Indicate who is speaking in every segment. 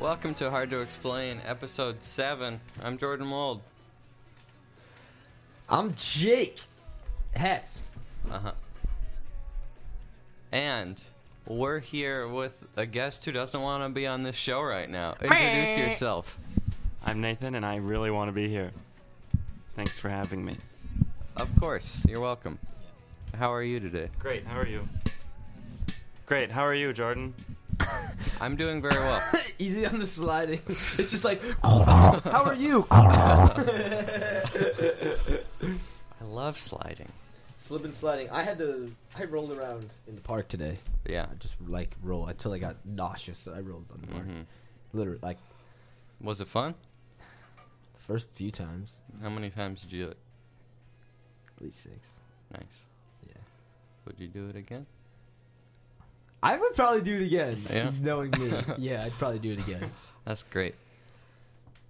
Speaker 1: Welcome to Hard to Explain, Episode 7. I'm Jordan Mold.
Speaker 2: I'm Jake Hess.
Speaker 1: Uh huh. And we're here with a guest who doesn't want to be on this show right now. Introduce yourself.
Speaker 3: I'm Nathan, and I really want to be here. Thanks for having me.
Speaker 1: Of course, you're welcome. How are you today?
Speaker 3: Great. How are you? Great. How are you, Jordan?
Speaker 1: I'm doing very well.
Speaker 2: Easy on the sliding. It's just like, how are you?
Speaker 1: I love sliding.
Speaker 2: Slip and sliding. I had to. I rolled around in the park today.
Speaker 1: Yeah.
Speaker 2: I just like roll until I got nauseous. so I rolled on the park.
Speaker 1: Mhm.
Speaker 2: Literally, like
Speaker 1: Was it fun?
Speaker 2: first few times,
Speaker 1: How many times did you do it?
Speaker 2: at least six.
Speaker 1: Nice.
Speaker 2: Yeah.
Speaker 1: Would you do it again?
Speaker 2: I would probably do it again.
Speaker 1: Yeah?
Speaker 2: Knowing me, yeah, I'd probably do it again.
Speaker 1: That's great.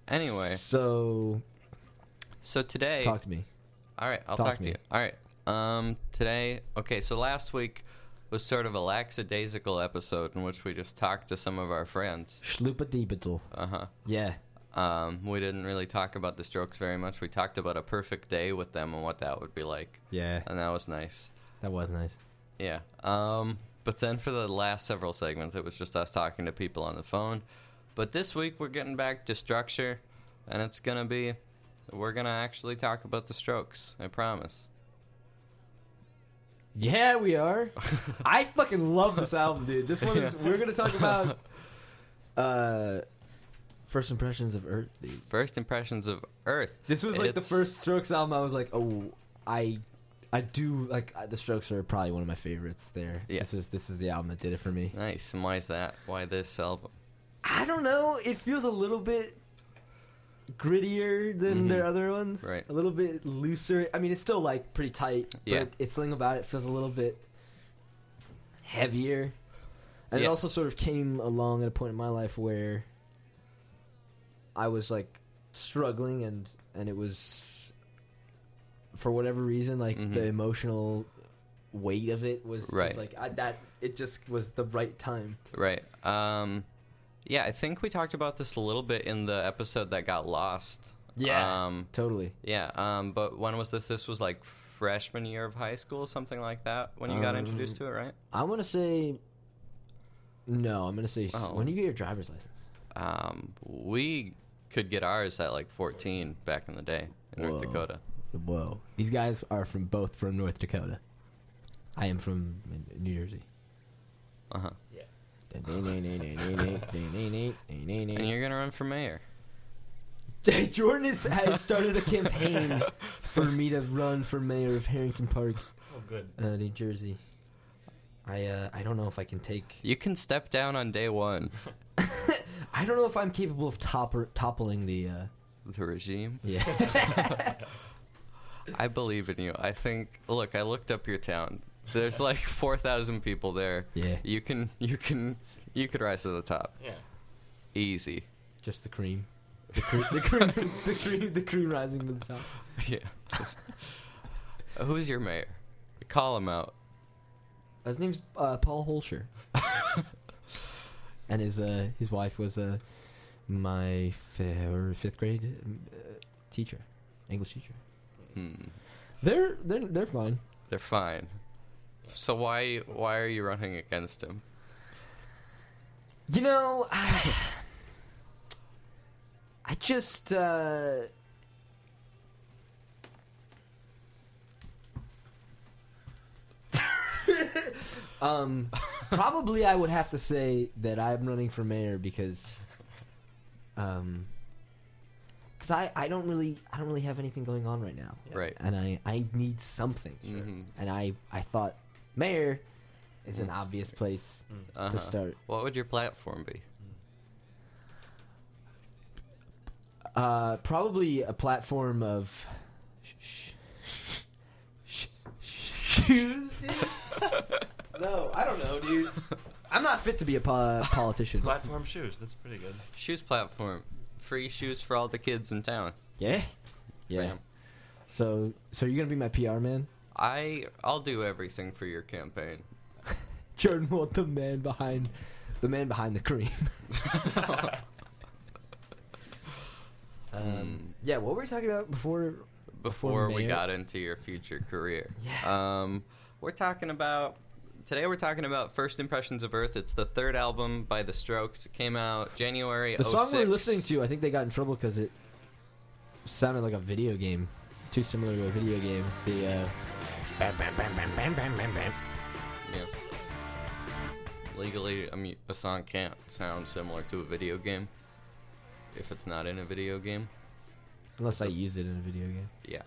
Speaker 1: Anyway,
Speaker 2: so
Speaker 1: so today.
Speaker 2: talk to me.
Speaker 1: All right, I'll
Speaker 2: Talk
Speaker 1: talk, to
Speaker 2: to me.
Speaker 1: you. All right. Um, today, okay, so last week was sort of a lackadaisical episode in which we just talked to some of our friends.
Speaker 2: Schloopadiebitel.
Speaker 1: Uh
Speaker 2: Yeah.
Speaker 1: huh. Um, we didn't really talk about the strokes very much. We talked about a perfect day with them and what that would be like,
Speaker 2: Yeah.
Speaker 1: and that was nice.
Speaker 2: That was nice.
Speaker 1: Yeah. Um, but then for the last several segments, it was just us talking to people on the phone. But this week, we're getting back to structure, and it's going to be we're going to actually talk about the strokes. I promise.
Speaker 2: Yeah, we are. I fucking love this album, dude. This one is. We're gonna talk about uh, first impressions of Earth, dude.
Speaker 1: First impressions of Earth.
Speaker 2: This was like the
Speaker 1: It's-
Speaker 2: first Strokes album. I was like, oh, I, I do like I- the Strokes are probably one of my favorites. There,
Speaker 1: Yeah.
Speaker 2: this is this is the album that did it for me.
Speaker 1: Nice. And why is that? Why this album?
Speaker 2: I don't know. It feels a little bit grittier than
Speaker 1: Mhm.
Speaker 2: their other ones.
Speaker 1: Right.
Speaker 2: A little bit looser. I mean, it's still like pretty tight, but
Speaker 1: Yeah.
Speaker 2: it, it's something about it feels a little bit heavier. And it
Speaker 1: Yeah.
Speaker 2: also sort of came along at a point in my life where I was like struggling and and it was for whatever reason like
Speaker 1: Mhm.
Speaker 2: the emotional weight of it was,
Speaker 1: Right.
Speaker 2: was like I, that it just was the right time.
Speaker 1: Right. Um, yeah, I think we talked about this a little bit in the episode that got lost.
Speaker 2: Yeah.
Speaker 1: Um,
Speaker 2: Totally.
Speaker 1: yeah. Um, but when was this? This was like freshman year of high school, something like that, when you got
Speaker 2: Um,
Speaker 1: introduced to it, right?
Speaker 2: I want to say no. I'm gonna say
Speaker 1: Oh.
Speaker 2: when do you get your driver's license?
Speaker 1: Um, we could get ours at like 14 back in the day in
Speaker 2: Whoa.
Speaker 1: North Dakota.
Speaker 2: Whoa, these guys are from both from North Dakota. I am from New Jersey.
Speaker 1: Uh huh. And
Speaker 2: Jordan
Speaker 1: you're going to run for mayor.
Speaker 2: has, has started a campaign for me to run for mayor of Harrington Park,
Speaker 3: Oh, good.
Speaker 2: uh, New Jersey. I uh, I don't know if I can take.
Speaker 1: You can step down on day one,
Speaker 2: I don't know if I'm capable of topper, toppling the. Uh,
Speaker 1: the regime.
Speaker 2: yeah.
Speaker 1: I believe in you. I think. Look, I looked up your town. There's like four thousand people there.
Speaker 2: yeah.
Speaker 1: You can, you can, you could rise to the top.
Speaker 3: Yeah.
Speaker 1: Easy.
Speaker 2: Just the cream. The cream, the cream, the cream, the cream rising to the top.
Speaker 1: Yeah. Who's your mayor? Call him out.
Speaker 2: His name's uh, Paul Holscher, and his uh, his wife was uh, my fi- or fifth grade um, uh, teacher, English teacher.
Speaker 1: Hmm.
Speaker 2: They're they're they're fine.
Speaker 1: They're fine. So why why are you running against him?
Speaker 2: You know, I, I just uh, um probably I would have to say that I'm running for mayor because um cuz I I don't really I don't really have anything going on right now.
Speaker 1: Right.
Speaker 2: And I I need something.
Speaker 1: Mhm.
Speaker 2: And I I thought mayor is an obvious place
Speaker 1: Uh-huh.
Speaker 2: to start.
Speaker 1: What would your platform be?
Speaker 2: Uh, probably a platform of sh- sh- sh- shoes, dude. no, I don't know, dude. I'm not fit to be a po- politician.
Speaker 3: Platform shoes. That's pretty good.
Speaker 1: Shoes platform. Free shoes for all the kids in town.
Speaker 2: Yeah, yeah.
Speaker 1: Bam.
Speaker 2: So, so you're gonna be my PR man,
Speaker 1: I I'll do everything for your campaign.
Speaker 2: Jordan Walt, the man behind, the man behind the cream. Um,
Speaker 1: Mm.
Speaker 2: Yeah, what were we talking about before?
Speaker 1: before we
Speaker 2: mayor?
Speaker 1: got into your future career.
Speaker 2: Yeah.
Speaker 1: Um, we're talking about today. We're talking about First Impressions of Earth. It's the third album by The Strokes. It came out January.
Speaker 2: The
Speaker 1: 06.
Speaker 2: song we were listening to, I think they got in trouble because it sounded like a video game, too similar to a video game. The uh, bam, bam, bam, bam, bam, bam, bam, bam.
Speaker 1: Yeah. Legally, I mean, a song can't sound similar to a video game if it's not in a video game.
Speaker 2: Unless I used it in a video game.
Speaker 1: Yeah.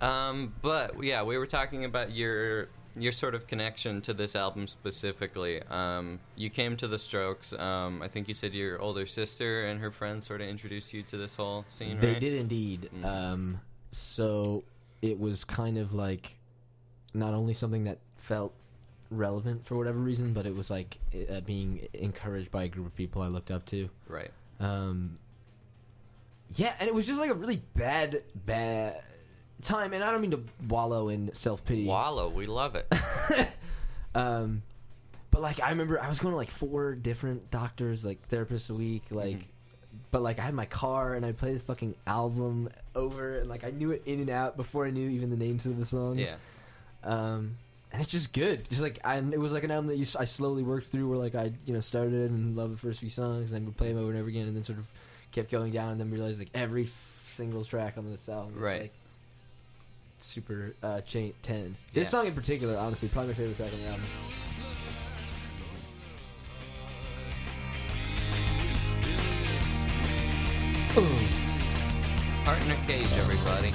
Speaker 1: um, but yeah, we were talking about your your sort of connection to this album specifically. Um, you came to the Strokes. Um, I think you said your older sister and her friends sort of introduced you to this whole scene.
Speaker 2: They
Speaker 1: right?
Speaker 2: did indeed.
Speaker 1: Mm.
Speaker 2: Um, so it was kind of like not only something that felt relevant for whatever reason, but it was like uh, being encouraged by a group of people I looked up to.
Speaker 1: Right.
Speaker 2: Um, yeah, and it was just like a really bad, bad time. And I don't mean to wallow in self pity.
Speaker 1: Wallow, we love it.
Speaker 2: Um, but like I remember, I was going to like four different doctors, like therapists a week, like. But like I had my car and I played this fucking album over and like I knew it in and out before I knew even the names of the songs.
Speaker 1: yeah.
Speaker 2: Um, and it's just good. Just like I, it was like an album that you, s- I slowly worked through, where like I you know started and loved the first few songs, and then would play them over and over again, and then sort of kept going down, and then realized like every f- single track on this album, is,
Speaker 1: Right.
Speaker 2: Like, super uh, chain ten. This
Speaker 1: Yeah.
Speaker 2: song in particular, honestly, probably my favorite track on the album.
Speaker 1: Partner Cage, everybody.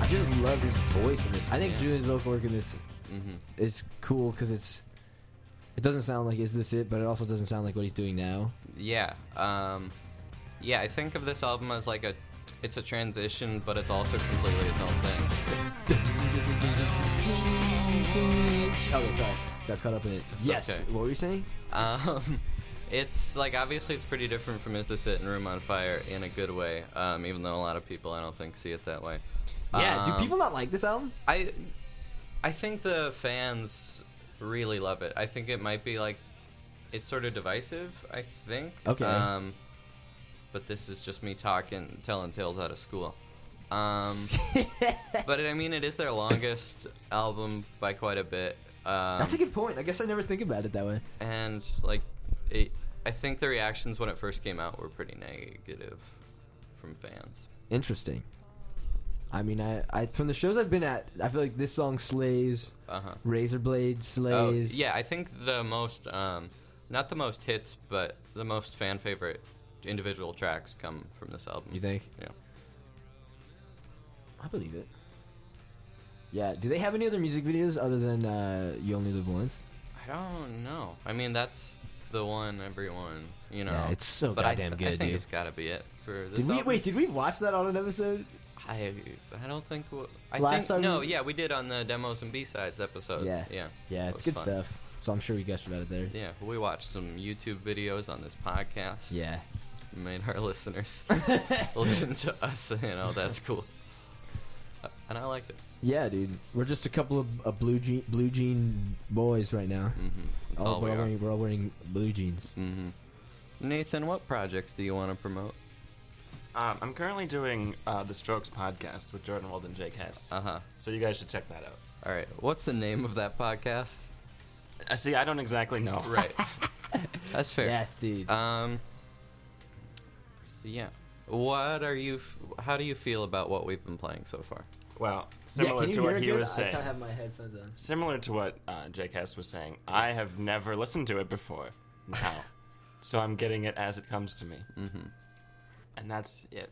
Speaker 2: I just love his voice in this. I think
Speaker 1: Yeah.
Speaker 2: Julian's vocal work in this
Speaker 1: Mm-hmm.
Speaker 2: is cool because it's it doesn't sound like is this it, but it also doesn't sound like what he's doing now.
Speaker 1: Yeah. Um, yeah, I think of this album as like a, it's a transition, but it's also completely its own thing.
Speaker 2: Okay, sorry, got caught up in it.
Speaker 1: It's
Speaker 2: yes,
Speaker 1: okay.
Speaker 2: what were you saying?
Speaker 1: Um, it's like obviously it's pretty different from "Is This It" and "Room on Fire" in a good way. Um, even though a lot of people I don't think see it that way.
Speaker 2: Yeah,
Speaker 1: Um,
Speaker 2: do people not like this album?
Speaker 1: I, I think the fans really love it. I think it might be like, it's sort of divisive. I think.
Speaker 2: Okay.
Speaker 1: Um, but this is just me talking, telling tales out of school. Um, but I mean, it is their longest album by quite a bit. Um,
Speaker 2: That's a good point. I guess I never think about it that way.
Speaker 1: and like it, i think the reactions when it first came out were pretty negative from fans
Speaker 2: Interesting. I mean, I, I from the shows I've been at, I feel like this song slays.
Speaker 1: uh-huh
Speaker 2: Razorblade
Speaker 1: oh,
Speaker 2: slays.
Speaker 1: yeah i think the most um not the most hits but the most fan favorite individual tracks come from this album
Speaker 2: You think?
Speaker 1: yeah
Speaker 2: I believe it. Yeah. Do they have any other music videos other than uh, "You Only Live Once"?
Speaker 1: i don't know i mean that's the one everyone you know
Speaker 2: Yeah, it's so
Speaker 1: but
Speaker 2: goddamn
Speaker 1: I,
Speaker 2: good,
Speaker 1: I think
Speaker 2: dude.
Speaker 1: it's gotta be it for this
Speaker 2: Did we
Speaker 1: album.
Speaker 2: wait? Did we watch that on an episode?
Speaker 1: i i don't think w- i
Speaker 2: Last
Speaker 1: think
Speaker 2: time
Speaker 1: no
Speaker 2: we-
Speaker 1: yeah we did on the demos and b-sides episode
Speaker 2: Yeah.
Speaker 1: yeah
Speaker 2: Yeah, it's
Speaker 1: was
Speaker 2: good
Speaker 1: fun.
Speaker 2: stuff. So I'm sure we gushed about it there.
Speaker 1: Yeah, we watched some YouTube videos on this podcast.
Speaker 2: Yeah.
Speaker 1: Made our listeners listen to us and all that's cool. Uh, And I liked it.
Speaker 2: Yeah, dude. We're just a couple of uh, blue jean blue jean boys right now.
Speaker 1: hmm That's all, we
Speaker 2: we're, all
Speaker 1: are.
Speaker 2: wearing, we're all wearing blue jeans.
Speaker 1: hmm Nathan, what projects do you want to promote?
Speaker 3: Um, I'm currently doing uh, the Strokes podcast with Jordan Wald and Jake Hess.
Speaker 1: Uh huh.
Speaker 3: So you guys should check that out.
Speaker 1: All right. What's the name of that podcast?
Speaker 3: Uh, see, I don't exactly know.
Speaker 1: Right. that's fair.
Speaker 2: Yes, dude.
Speaker 1: Um. Yeah. What are you? F- how do you feel about what we've been playing so far?
Speaker 3: Well, similar to what he was saying.
Speaker 2: kind of have my headphones on.
Speaker 3: Similar to what uh, Jake Hess was saying, I have never listened to it before. Now. so I'm getting it as it comes to me.
Speaker 1: Mm-hmm.
Speaker 3: And that's it.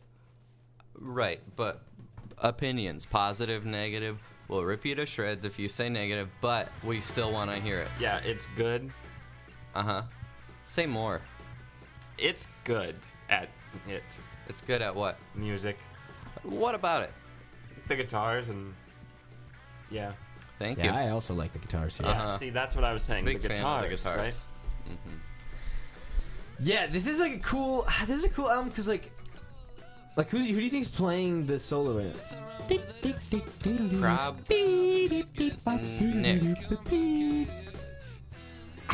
Speaker 1: Right, but opinions, positive, negative, we'll rip you to shreds if you say negative, but we still want to hear it.
Speaker 3: Yeah, it's good.
Speaker 1: Uh huh. Say more.
Speaker 3: It's good at it.
Speaker 1: It's good at what?
Speaker 3: Music,
Speaker 1: What about it?
Speaker 3: the guitars, and. Yeah.
Speaker 1: Thank
Speaker 2: yeah,
Speaker 1: you.
Speaker 2: I also like the guitars here.
Speaker 3: Yeah,
Speaker 1: Uh-huh.
Speaker 3: see, that's what I was saying.
Speaker 1: Big
Speaker 3: the
Speaker 1: fan
Speaker 3: guitars,
Speaker 1: of the guitars.
Speaker 3: right?
Speaker 1: hmm
Speaker 2: Yeah, this is like a cool. This is a cool album because like, like who's who do you think's playing the solo right now?
Speaker 1: Mm. Prob- Nick.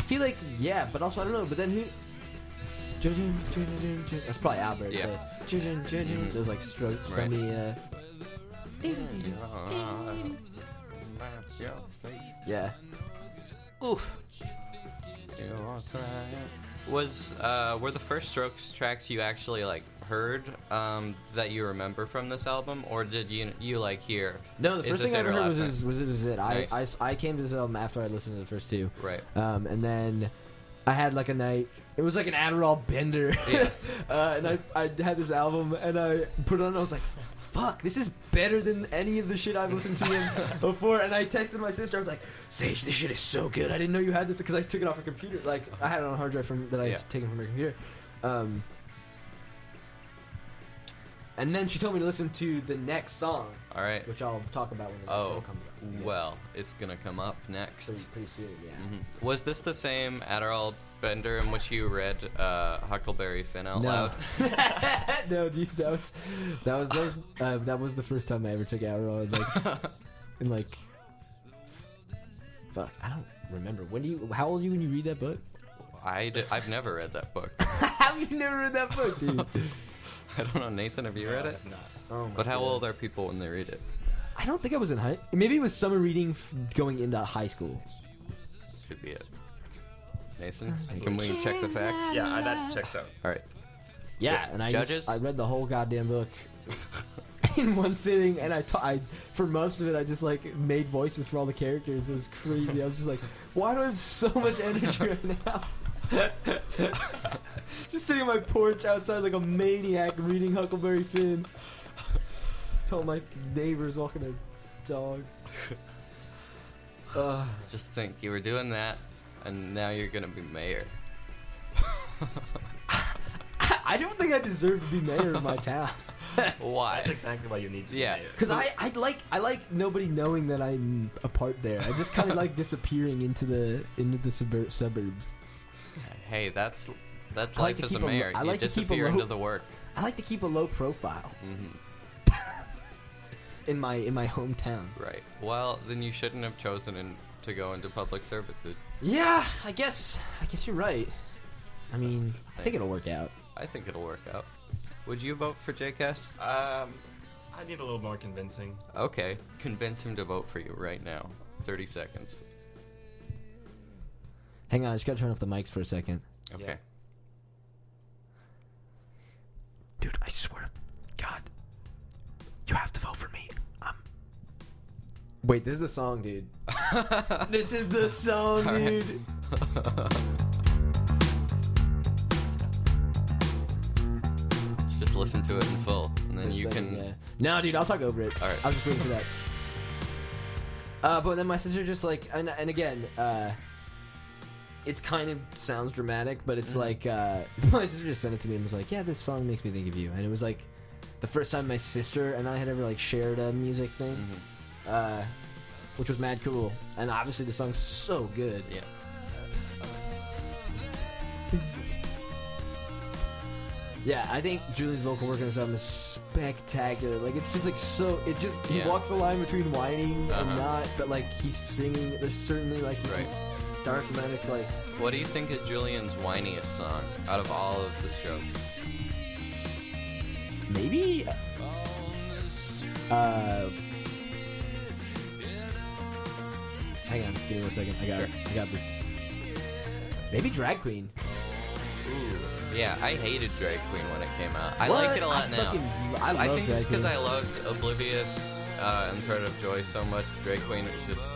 Speaker 2: feel like yeah, but also I don't know. But then who? Jojin, Jojin, Jojin, Jojin. That's probably Albert.
Speaker 1: Yeah.
Speaker 2: but Jojin, Jojin.
Speaker 1: Mhm.
Speaker 2: Those like strokes
Speaker 1: Right.
Speaker 2: from the. Uh, yeah.
Speaker 1: Oof. Was uh, were the first Strokes tracks you actually like heard um, that you remember from this album, or did you you like hear?
Speaker 2: No, the
Speaker 1: Is
Speaker 2: first
Speaker 1: this
Speaker 2: thing I
Speaker 1: it or
Speaker 2: ever heard was
Speaker 1: last
Speaker 2: this, was this is it. I,
Speaker 1: Nice.
Speaker 2: I s- I came to this album after I listened to the first two.
Speaker 1: Right.
Speaker 2: Um, and then I had like a night. It was like an Adderall bender.
Speaker 1: Yeah.
Speaker 2: uh, and I, I had this album and I put it on. and I was like, "Fuck, this is better than any of the shit I've listened to in before." And I texted my sister. I was like, "Sage, this shit is so good. I didn't know you had this because I took it off her computer. Like I had it on a hard drive from that I
Speaker 1: Yeah.
Speaker 2: had taken from her computer." Um, and then she told me to listen to the next song,
Speaker 1: All right.
Speaker 2: which I'll talk about when the next
Speaker 1: Oh,
Speaker 2: song comes up. Yeah,
Speaker 1: Well, it's gonna come up next.
Speaker 2: pretty, pretty soon, yeah.
Speaker 1: Mhm. Was this the same Adderall Bender in which you read uh, Huckleberry Finn out loud?
Speaker 2: no, dude, that was that was that was, uh, that was the first time I ever took Adderall. In like, in like, fuck, I don't remember. When do you? How old are you when you read that book?
Speaker 1: I d- I've never read that book.
Speaker 2: Have you never read that book, dude?
Speaker 1: I don't know, Nathan. Have you read it?
Speaker 2: oh my
Speaker 1: But how
Speaker 2: God.
Speaker 1: old are people when they read it?
Speaker 2: I don't think I was in high. Maybe it was summer reading f- going into high school.
Speaker 1: Should be it. Nathan, can we check the facts?
Speaker 3: Yeah, I, that checks out.
Speaker 1: All right.
Speaker 2: Yeah,
Speaker 1: Ju-
Speaker 2: and I just-
Speaker 1: judges?
Speaker 2: I read the whole goddamn book in one sitting, and I ta- I for most of it I just like made voices for all the characters. It was crazy. I was just like, why do I have so much energy right now? just sitting on my porch outside like a maniac reading Huckleberry Finn. Told my neighbors walking their dogs. Ugh.
Speaker 1: Just think, you were doing that, and now you're gonna be mayor.
Speaker 2: I don't think I deserve to be mayor of my town.
Speaker 1: Why?
Speaker 3: That's exactly why you need to. be
Speaker 1: Yeah.
Speaker 3: mayor.
Speaker 2: Cause I, I like I like nobody knowing that I'm a part there. I just kind of like disappearing into the into the subur- suburbs.
Speaker 1: Hey, that's that's
Speaker 2: I like
Speaker 1: life
Speaker 2: to
Speaker 1: as a
Speaker 2: keep a lo-
Speaker 1: mayor.
Speaker 2: I
Speaker 1: you
Speaker 2: like to keep a
Speaker 1: disappear
Speaker 2: low-
Speaker 1: into the work.
Speaker 2: I like to keep a low profile
Speaker 1: hmm
Speaker 2: in my in my hometown.
Speaker 1: Right. Well, then you shouldn't have chosen in, to go into public servitude.
Speaker 2: Yeah, I guess I guess you're right. I mean, I think it'll work out.
Speaker 1: I think it'll work out. Would you vote for JKS?
Speaker 3: Um, I need a little more convincing.
Speaker 1: Okay, convince him to vote for you right now. 30 seconds.
Speaker 2: Hang on, I just gotta turn off the mics for a second.
Speaker 1: Okay.
Speaker 3: Yeah.
Speaker 2: Dude, I swear, to God, you have to vote for me. Um. Wait, this is the song, dude. this is the song,
Speaker 1: All right.
Speaker 2: dude.
Speaker 1: Let's just listen to it in full, and then
Speaker 2: For a
Speaker 1: you
Speaker 2: second,
Speaker 1: can.
Speaker 2: yeah. No, dude, I'll talk over it.
Speaker 1: All right.
Speaker 2: I was just waiting for that. Uh, but then my sister just like, and, and again, uh, it's kind of sounds dramatic, but
Speaker 1: Mm-hmm.
Speaker 2: it's like uh, my sister just sent it to me and was like, "Yeah, this song makes me think of you," and it was like the first time my sister and I had ever like shared a music thing,
Speaker 1: Mhm.
Speaker 2: uh, which was mad cool, and obviously the song's so good.
Speaker 1: Yeah.
Speaker 2: Yeah, I think Julie's vocal work on this album is spectacular. Like it's just like so. It just he
Speaker 1: Yeah.
Speaker 2: walks a line between whining
Speaker 1: Uh-huh.
Speaker 2: and not, but like he's singing. There's certainly like
Speaker 1: Right.
Speaker 2: dark romantic like
Speaker 1: What do you think is Julian's whiniest song out of all of the strokes?
Speaker 2: maybe. Uh, hang on, give me one second. I got it. I got this. Maybe drag queen.
Speaker 1: Yeah, I hated Drag Queen when it came out. I
Speaker 2: What?
Speaker 1: like it a lot
Speaker 2: I
Speaker 1: now.
Speaker 2: fucking- I love
Speaker 1: I think it's
Speaker 2: Drag
Speaker 1: because
Speaker 2: Queen.
Speaker 1: I loved Oblivious uh, and Thread of Joy so much. Drag Queen is just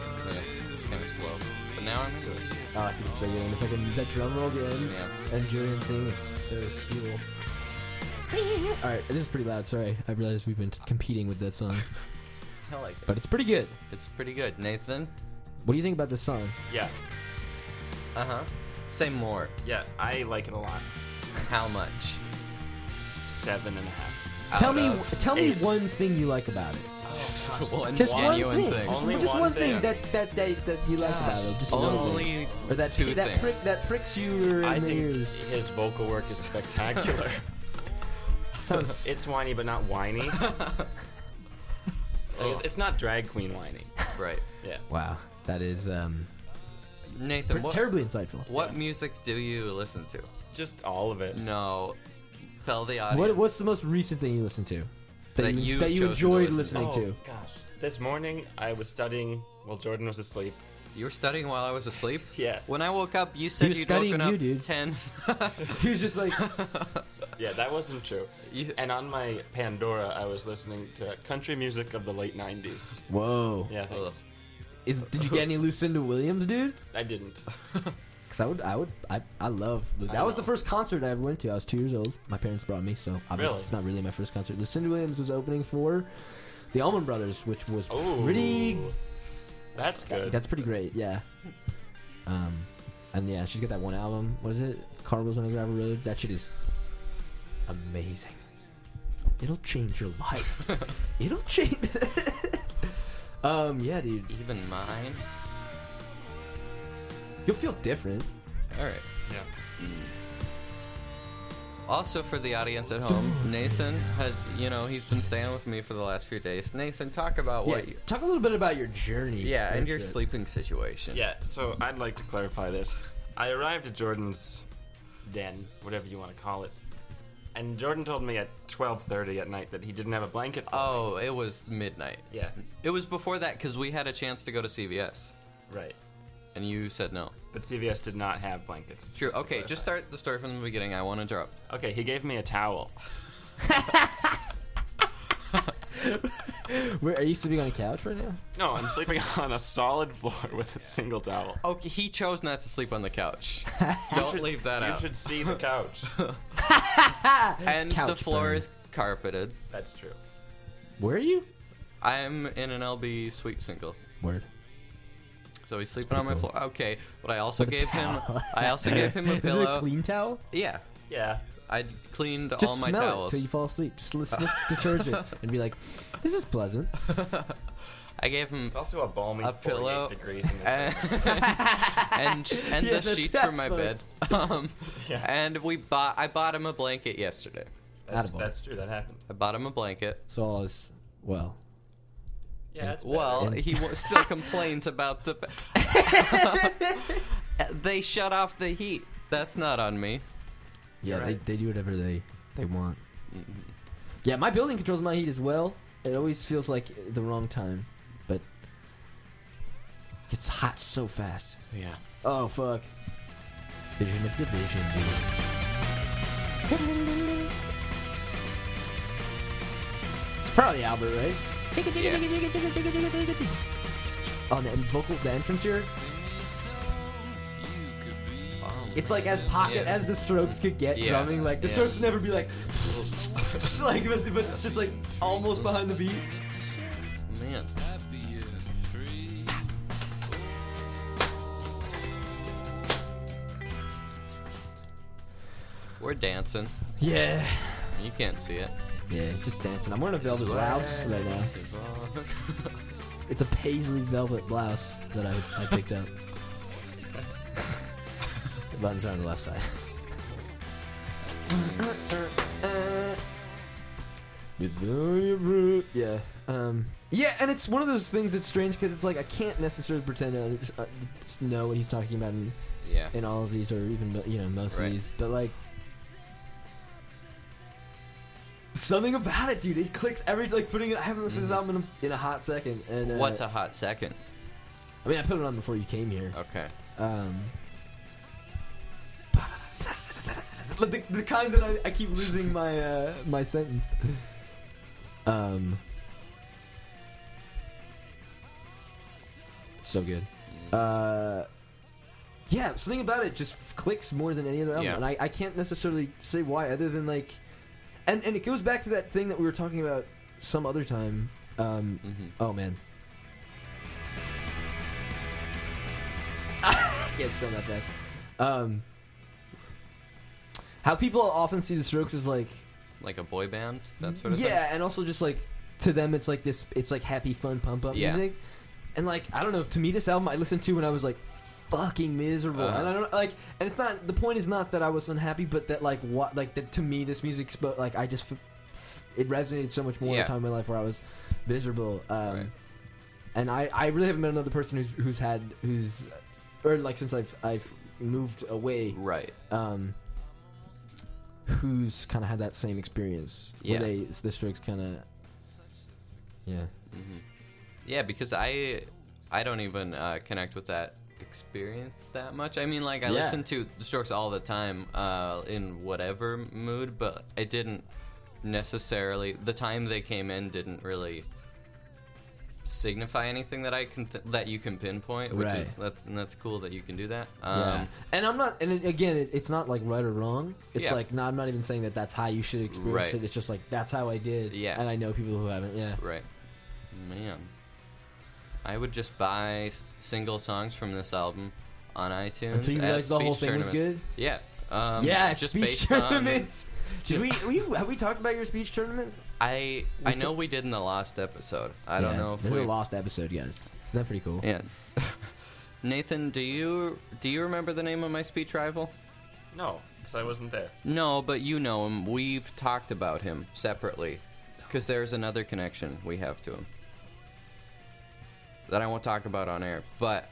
Speaker 1: kind of slow. But now I'm into it.
Speaker 2: Oh, I think it's so good. And the fucking that drum roll again.
Speaker 1: Yeah.
Speaker 2: And Julian singing is so cool. All right, it is pretty loud. Sorry, I realized we've been t- competing with that song,
Speaker 1: I like it.
Speaker 2: but it's pretty good.
Speaker 1: It's pretty good. Nathan?
Speaker 2: What do you think about this song?
Speaker 3: Yeah,
Speaker 1: Uh huh. Say more.
Speaker 3: yeah, I like it a lot.
Speaker 1: How much?
Speaker 3: Seven and a half.
Speaker 1: Out
Speaker 2: tell me,
Speaker 1: of
Speaker 2: tell
Speaker 3: eight.
Speaker 2: me one thing you like about it.
Speaker 1: one
Speaker 2: Just one
Speaker 1: genuine
Speaker 2: thing.
Speaker 1: thing.
Speaker 2: Just,
Speaker 3: Only
Speaker 2: just
Speaker 3: one
Speaker 2: one thing,
Speaker 3: thing.
Speaker 2: that that that, that you like about it. Just one thing.
Speaker 1: Only
Speaker 2: or that
Speaker 1: two
Speaker 2: that
Speaker 1: things.
Speaker 2: prick that pricks you
Speaker 3: I
Speaker 2: in the
Speaker 3: think
Speaker 2: ears.
Speaker 3: his vocal work is spectacular.
Speaker 2: Sounds
Speaker 3: it's whiny, but not whiny. Like, it's, it's not drag queen whiny.
Speaker 1: right.
Speaker 3: Yeah.
Speaker 2: wow. That is um.
Speaker 1: Nathan, what,
Speaker 2: terribly insightful.
Speaker 1: what music do you listen to?
Speaker 3: Just all of it.
Speaker 1: No, tell the audience.
Speaker 2: What, what's the most recent thing you listened to
Speaker 1: That
Speaker 2: you,
Speaker 1: you've
Speaker 2: that you
Speaker 1: chosen to
Speaker 2: enjoyed
Speaker 1: listen
Speaker 2: listening
Speaker 3: oh
Speaker 2: to?
Speaker 3: gosh. This morning I was studying while Jordan was asleep.
Speaker 1: you were studying while I was asleep.
Speaker 3: Yeah.
Speaker 1: When I woke up, you said
Speaker 2: was
Speaker 1: you'd
Speaker 2: studying
Speaker 1: woken
Speaker 2: you,
Speaker 1: up
Speaker 2: dude.
Speaker 1: ten.
Speaker 2: He was just like,
Speaker 3: Yeah, that wasn't true.
Speaker 1: You-
Speaker 3: And on my Pandora, I was listening to country music of the late '90s.
Speaker 2: "Whoa,
Speaker 3: Yeah, thanks.
Speaker 2: is did you get any Lucinda Williams, dude?"
Speaker 3: I didn't.
Speaker 2: Because I would, I would, I, I love. That
Speaker 3: I
Speaker 2: was the
Speaker 3: know.
Speaker 2: first concert I ever went to. I was two years old. My parents brought me, so obviously
Speaker 3: Really?
Speaker 2: it's not really my first concert. Lucinda Williams was opening for the Allman Brothers, which was
Speaker 3: Oh,
Speaker 2: pretty.
Speaker 3: That's good.
Speaker 2: That's pretty great, yeah. Um, and yeah, she's got that one album. What is it? Carnival's on a Gravel Road. That shit is amazing. It'll change your life. It'll change. um, yeah, dude,
Speaker 1: Even mine.
Speaker 2: you'll feel different.
Speaker 1: All right.
Speaker 3: yeah.
Speaker 1: Also, for the audience at home, Nathan has, you know, he's been staying with me for the last few days. Nathan, talk about
Speaker 2: Yeah,
Speaker 1: what you.
Speaker 2: talk a little bit about your journey.
Speaker 1: Yeah, and your
Speaker 2: Shit.
Speaker 1: sleeping situation.
Speaker 3: Yeah, so I'd like to clarify this. I arrived at Jordan's den, whatever you want to call it, and Jordan told me at 12:30 at night that he didn't have a blanket. for me.
Speaker 1: Oh, it was midnight.
Speaker 3: yeah,
Speaker 1: It was before that because we had a chance to go to CVS,
Speaker 3: right.
Speaker 1: and you said no.
Speaker 3: But CVS did not have blankets.
Speaker 1: True.
Speaker 3: just to
Speaker 1: Okay,
Speaker 3: clarify.
Speaker 1: just start the story from the beginning. I want to interrupt.
Speaker 3: Okay, he gave me a towel.
Speaker 2: Where, are you sleeping on a couch right now?
Speaker 3: No, I'm sleeping on a solid floor with a single towel.
Speaker 1: Okay, Oh, he chose not to sleep on the couch. Don't leave that
Speaker 3: you
Speaker 1: out.
Speaker 3: should see the couch.
Speaker 1: and the
Speaker 2: Couch
Speaker 1: floor
Speaker 2: burn.
Speaker 1: is carpeted.
Speaker 3: That's true.
Speaker 2: Where are you?
Speaker 1: I'm in an LB suite single.
Speaker 2: Word.
Speaker 1: So he's sleeping on my
Speaker 2: cool.
Speaker 1: floor. Okay, but I also
Speaker 2: With a
Speaker 1: gave him.
Speaker 2: towel.
Speaker 1: I also gave him a
Speaker 2: Is it a
Speaker 1: pillow.
Speaker 2: clean towel?
Speaker 1: Yeah,
Speaker 3: Yeah.
Speaker 1: I cleaned
Speaker 2: Just
Speaker 1: all my
Speaker 2: smell
Speaker 1: towels.
Speaker 2: it till you fall asleep. Just li- sniff detergent and be like, "This is pleasant."
Speaker 1: I gave him
Speaker 3: It's also a balmy
Speaker 1: a
Speaker 3: 48
Speaker 1: pillow
Speaker 3: degrees in this
Speaker 1: and
Speaker 3: room.
Speaker 1: and, and
Speaker 2: Yeah,
Speaker 1: the
Speaker 2: that's-
Speaker 1: sheets for
Speaker 2: that's
Speaker 1: my
Speaker 2: fine.
Speaker 1: bed. Um,
Speaker 3: Yeah.
Speaker 1: And we bought. I bought him a blanket yesterday.
Speaker 3: That's,
Speaker 2: Attaboy.
Speaker 3: that's true. That happened.
Speaker 1: I bought him a blanket.
Speaker 2: So all is well.
Speaker 3: Yeah, that's better.
Speaker 1: Well,
Speaker 2: And-
Speaker 1: he w- still complains about the. they shut off the heat. That's not on me.
Speaker 2: Yeah,
Speaker 3: You're right.
Speaker 2: they, they do whatever they they
Speaker 1: Mm-hmm.
Speaker 2: want. Yeah, my building controls my heat as well. It always feels like the wrong time, but it gets hot so fast.
Speaker 3: Yeah.
Speaker 2: Oh fuck! Vision of division, dude. It's probably Albert, right?
Speaker 1: Yeah.
Speaker 2: On the vocal, the entrance here.
Speaker 1: Oh,
Speaker 2: It's like as pocket
Speaker 1: Yeah.
Speaker 2: as the Strokes could get
Speaker 1: Yeah.
Speaker 2: drumming. Like the
Speaker 1: Yeah.
Speaker 2: Strokes never be like, like but, but it's just like almost behind the beat.
Speaker 1: man. We're dancing.
Speaker 2: Yeah,
Speaker 1: You can't see it.
Speaker 2: yeah, just dancing. I'm wearing a velvet blouse uh, right now. It's a paisley velvet blouse that I, I picked up. the buttons are on the left side. Yeah. Um, yeah, and it's one of those things that's strange because it's like I can't necessarily pretend to under- uh, know what he's talking about in,
Speaker 1: Yeah.
Speaker 2: in all of these, or even mo- you know most
Speaker 1: Right.
Speaker 2: of these. But like, something about it, dude. It clicks every like putting. it I haven't listened to this album in a, in a hot second. And uh,
Speaker 1: What's a hot second?
Speaker 2: I mean, I put it on before you came here.
Speaker 1: Okay.
Speaker 2: Um, the, the kind that I, I keep losing my uh, my sentence. Um, so good. Uh, yeah, something about it just f- clicks more than any other album,
Speaker 1: Yeah.
Speaker 2: and I, I can't necessarily say why, other than like, and and it goes back to that thing that we were talking about some other time. Um,
Speaker 1: Mm-hmm.
Speaker 2: Oh man. Can't spell that fast. Um, how people often see the Strokes as like,
Speaker 1: Like a boy band, that sort of thing?
Speaker 2: yeah, and also just like to them, it's like this, it's like happy, fun, pump up
Speaker 1: Yeah.
Speaker 2: music, and like I don't know. To me, this album I listened to when I was like fucking miserable,
Speaker 1: Uh-huh.
Speaker 2: and I don't like, and it's not the point is not that I was unhappy, but that like what like that to me this music spoke like I just f- f- it resonated so much more at
Speaker 1: Yeah.
Speaker 2: a time in my life where I was miserable. Um,
Speaker 1: Right.
Speaker 2: and I, I really haven't met another person who's who's had who's or like since I've I've moved away,
Speaker 1: Right.
Speaker 2: um, who's kind of had that same experience?
Speaker 1: Yeah.
Speaker 2: Where they this district's kind of yeah.
Speaker 1: Yeah, because I I don't even uh, connect with that experience that much. I mean, like I
Speaker 2: Yeah.
Speaker 1: listen to The Strokes all the time uh, in whatever mood, but I didn't necessarily. The time they came in didn't really signify anything that I can th- that you can pinpoint. Which
Speaker 2: Right.
Speaker 1: is that's and that's cool that you can do that.
Speaker 2: yeah.
Speaker 1: Um,
Speaker 2: And I'm not, and it- again, it, it's not like right or wrong. It's
Speaker 1: Yeah.
Speaker 2: like, no, I'm not even saying that that's how you should experience
Speaker 1: Right.
Speaker 2: it. It's just like, that's how I did.
Speaker 1: Yeah.
Speaker 2: And I know people who haven't. Yeah.
Speaker 1: Right. Man. I would just buy s- single songs from this album on iTunes.
Speaker 2: Until you
Speaker 1: at
Speaker 2: realized the whole
Speaker 1: speech
Speaker 2: thing was
Speaker 1: tournaments. Yeah. Um,
Speaker 2: yeah.
Speaker 1: just
Speaker 2: speech
Speaker 1: based
Speaker 2: tournaments.
Speaker 1: Yeah.
Speaker 2: Did we, we, have we talked about your speech tournaments?
Speaker 1: on. I I
Speaker 2: We
Speaker 1: know we did in the last episode. I don't
Speaker 2: Yeah,
Speaker 1: know if
Speaker 2: There's
Speaker 1: we.
Speaker 2: a lost episode, guys. Isn't that pretty cool?
Speaker 1: Yeah. Nathan, do you do you remember the name of my speech rival?
Speaker 3: No, because I wasn't there.
Speaker 1: No, but you know him. We've talked about him separately because there's another connection we have to him that I won't talk about on air. But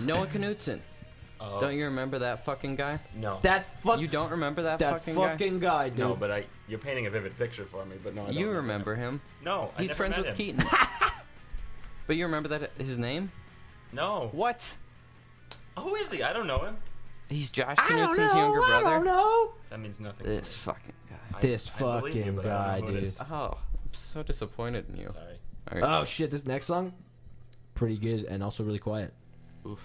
Speaker 1: Noah Knutson.
Speaker 3: Oh.
Speaker 1: Don't you remember that fucking guy?
Speaker 3: Uh, No.
Speaker 2: That fuck.
Speaker 1: You don't remember that,
Speaker 2: that
Speaker 1: fucking,
Speaker 2: fucking,
Speaker 1: guy?
Speaker 2: guy, dude.
Speaker 3: No, but I. You're painting a vivid picture for me, but no, I don't
Speaker 1: You remember him?
Speaker 3: No, I
Speaker 1: He's
Speaker 3: never
Speaker 1: friends
Speaker 3: met
Speaker 1: with
Speaker 3: him.
Speaker 1: Keaton. but you remember that his name?
Speaker 3: No.
Speaker 1: What?
Speaker 3: Who is he? I don't know him.
Speaker 1: He's Josh Knutson's younger brother.
Speaker 2: know.
Speaker 3: That means nothing. to
Speaker 1: This
Speaker 3: me.
Speaker 1: fucking guy.
Speaker 3: I-
Speaker 2: This
Speaker 3: I believe you,
Speaker 2: fucking
Speaker 3: but I
Speaker 2: guy,
Speaker 3: don't know who it
Speaker 2: dude.
Speaker 3: is.
Speaker 1: Oh, I'm so disappointed in you.
Speaker 3: Sorry.
Speaker 1: All right.
Speaker 2: Oh shit! This next song, pretty good and also really quiet.
Speaker 1: Oof.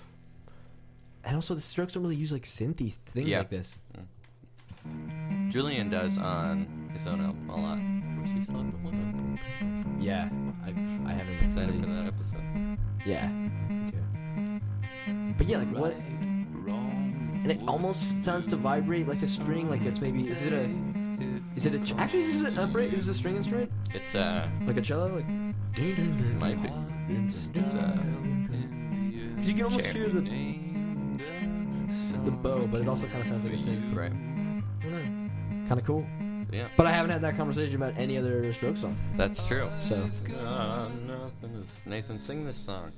Speaker 2: And also, the Strokes don't really use like synthy things
Speaker 1: Yeah.
Speaker 2: like this.
Speaker 1: Julian does on his own album a lot. Was she still on the one?
Speaker 2: Yeah, I, I haven't
Speaker 1: Excited for that episode.
Speaker 2: Yeah, me too. But yeah, like what? And it almost sounds to vibrate like a string. Like it's maybe is it a is it a ch- actually is it an upright? Is it a string instrument?
Speaker 1: It's uh,
Speaker 2: Like a cello? Like
Speaker 1: might be. It's uh,
Speaker 2: because you can almost
Speaker 1: Chair.
Speaker 2: hear the the bow, but it also kind of sounds like a synth.
Speaker 1: right.
Speaker 2: Kind of cool.
Speaker 1: Yeah,
Speaker 2: But I haven't had that conversation about any other Strokes song.
Speaker 1: that's true.
Speaker 2: So
Speaker 1: Uh, nothing. Nathan, sing this song.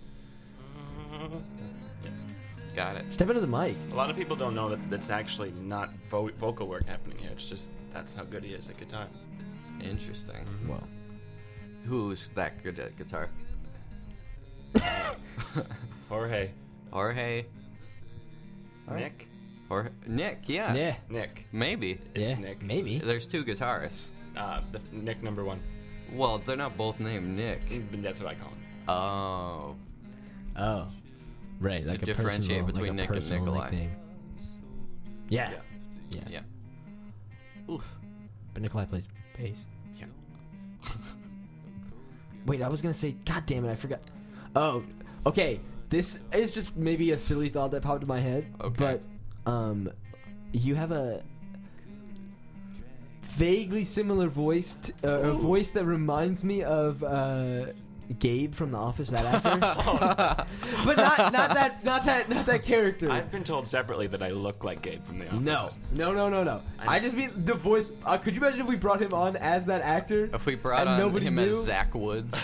Speaker 1: Got it.
Speaker 2: step into the mic.
Speaker 3: A lot of people don't know that that's actually not vo- vocal work happening here. It's just that's how good he is at guitar.
Speaker 1: Interesting.
Speaker 2: Well,
Speaker 1: Who's that good at guitar?
Speaker 3: Jorge,
Speaker 1: Jorge.
Speaker 3: Nick,
Speaker 1: Jorge. Nick, yeah.
Speaker 2: yeah,
Speaker 3: Nick.
Speaker 1: Maybe.
Speaker 3: It's
Speaker 2: yeah,
Speaker 3: Nick.
Speaker 2: maybe.
Speaker 1: There's two guitarists.
Speaker 3: Uh, the Nick number one.
Speaker 1: Well, they're not both named Nick.
Speaker 2: Mm.
Speaker 3: That's what I call him.
Speaker 1: Oh.
Speaker 2: Oh, right. Like a
Speaker 1: differentiate
Speaker 2: personal,
Speaker 1: between
Speaker 2: like
Speaker 1: Nick
Speaker 2: a
Speaker 1: and
Speaker 2: personal
Speaker 1: Nikolai.
Speaker 2: Nickname. Yeah.
Speaker 3: Yeah.
Speaker 2: yeah,
Speaker 1: Yeah. Oof.
Speaker 2: But Nikolai plays bass.
Speaker 1: Yeah.
Speaker 2: Wait, I was gonna say. God damn it, I forgot. Oh, okay. This is just maybe a silly thought that popped in my head.
Speaker 1: Okay.
Speaker 2: But, um, you have a vaguely similar voice, t- uh, a voice that reminds me of uh, Gabe from The Office. That actor, but not not that not that not that character.
Speaker 3: I've been told separately that I look like Gabe from The Office.
Speaker 2: No, no, no, no, no. I, just mean the voice. Uh, could you imagine if we brought him on as that actor?
Speaker 1: If we brought
Speaker 2: and
Speaker 1: on
Speaker 2: nobody
Speaker 1: him
Speaker 2: knew?
Speaker 1: as Zach Woods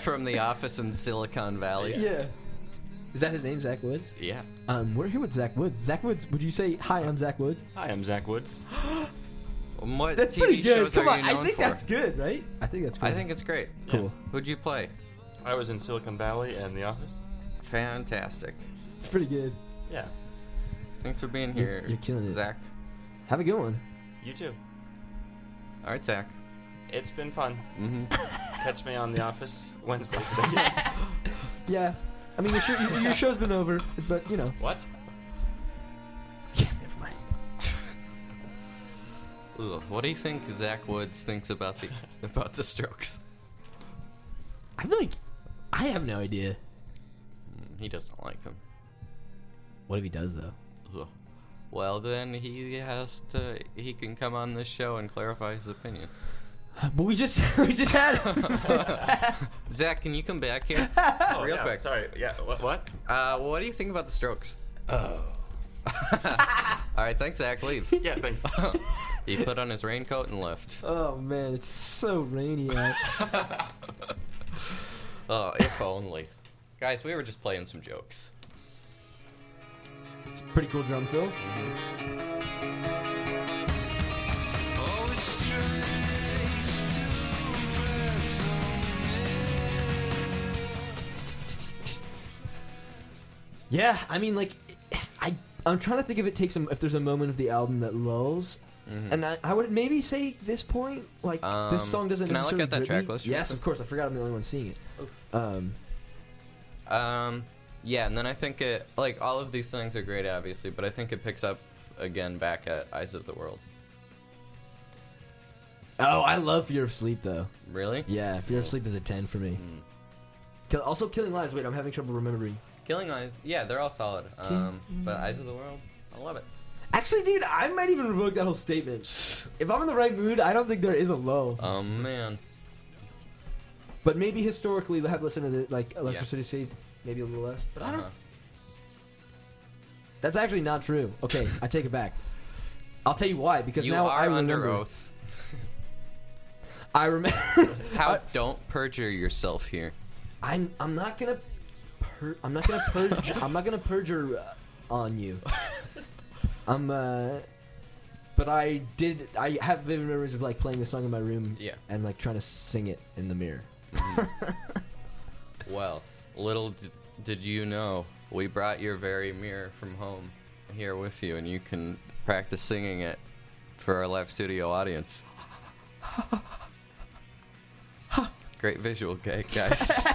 Speaker 1: from The Office in Silicon Valley.
Speaker 2: Yeah. Is that his name, Zach Woods?
Speaker 1: Yeah.
Speaker 2: Um, we're here with Zach Woods. Zach Woods, would you say, "Hi, I'm Zach Woods"?
Speaker 3: Hi, I'm Zach Woods.
Speaker 1: And What
Speaker 2: That's
Speaker 1: TV
Speaker 2: pretty good.
Speaker 1: shows
Speaker 2: Come
Speaker 1: are
Speaker 2: on,
Speaker 1: you
Speaker 2: I
Speaker 1: known
Speaker 2: think
Speaker 1: for?
Speaker 2: that's good, right? I think that's. Pretty
Speaker 1: I think it's great.
Speaker 2: cool.
Speaker 1: Who'd you play?
Speaker 3: I was in Silicon Valley and The Office.
Speaker 1: Fantastic.
Speaker 2: It's pretty good.
Speaker 3: Yeah.
Speaker 1: Thanks for being
Speaker 2: You're-
Speaker 1: here.
Speaker 2: you're killing it.
Speaker 1: Zach.
Speaker 2: Have a good one.
Speaker 3: You too.
Speaker 1: All right, Zach.
Speaker 3: It's been fun.
Speaker 1: Mm-hmm.
Speaker 3: Catch me on The Office Wednesdays. today.
Speaker 2: Yeah. I mean, your, show, your, your show's been over, but you know.
Speaker 3: what?
Speaker 2: Never mind.
Speaker 1: Ugh, what do you think Zach Woods thinks about the about the Strokes?
Speaker 2: I feel like I have no idea
Speaker 1: He doesn't like them.
Speaker 2: what if he does though.
Speaker 1: Ugh. Well, then he has to. He can come on this show and clarify his opinion.
Speaker 2: But we just we just had him.
Speaker 1: Zach, can you come back here?
Speaker 3: Oh,
Speaker 1: Real
Speaker 3: yeah,
Speaker 1: quick.
Speaker 3: Sorry. Yeah. What? What?
Speaker 1: Uh, what do you think about the Strokes? Oh. All right, thanks, Zach. Leave.
Speaker 3: Yeah. Thanks.
Speaker 1: he put on his raincoat and left.
Speaker 2: oh man, it's so rainy out.
Speaker 1: Oh, if only. Guys, we were just playing some jokes.
Speaker 2: It's a pretty cool drum fill. Oh, Yeah, I mean, like, I I'm trying to think if it takes a, if there's a moment of the album that lulls, Mm-hmm. and I, I would maybe say this point, like,
Speaker 1: Hmm. Um,
Speaker 2: this song doesn't.
Speaker 1: can I look
Speaker 2: necessarily
Speaker 1: at that
Speaker 2: grip
Speaker 1: track
Speaker 2: me.
Speaker 1: list real
Speaker 2: Yes,
Speaker 1: quick?
Speaker 2: of course. I forgot I'm the only one seeing it. Um,
Speaker 1: Um, yeah, and then I think it like all of these things are great, obviously, but I think it picks up again back at Eyes of the World.
Speaker 2: oh, I love Fear of Sleep though.
Speaker 1: Really?
Speaker 2: Yeah, Fear of
Speaker 1: Oh.
Speaker 2: Sleep is a ten for me.
Speaker 1: Mm.
Speaker 2: Kill, also, Killing Lives. Wait, I'm having trouble remembering.
Speaker 1: Killing Eyes. Yeah, they're all solid. Um, but Eyes of the World, I love it.
Speaker 2: Actually, dude, I might even revoke that whole statement. If I'm in the right mood, I don't think there is a lull.
Speaker 1: Oh man.
Speaker 2: But maybe historically, have listened to the, like Electricity Shade, maybe a little less. But I don't.
Speaker 1: Uh-huh.
Speaker 2: That's actually not true. Okay, I take it back. I'll tell you why. Because
Speaker 1: You
Speaker 2: now I
Speaker 1: are under
Speaker 2: remember.
Speaker 1: oath.
Speaker 2: I remember.
Speaker 1: How? don't perjure yourself here.
Speaker 2: I'm. I'm not gonna. Per- I'm not gonna purge. I'm not gonna perjure uh, on you. I'm. uh... But I did. I have vivid memories of like playing this song in my room.
Speaker 1: Yeah.
Speaker 2: And like trying to sing it in the mirror.
Speaker 1: Well, little d- did you know, we brought your very mirror from home here with you, and you can practice singing it for our live studio audience. Great visual gag, guys.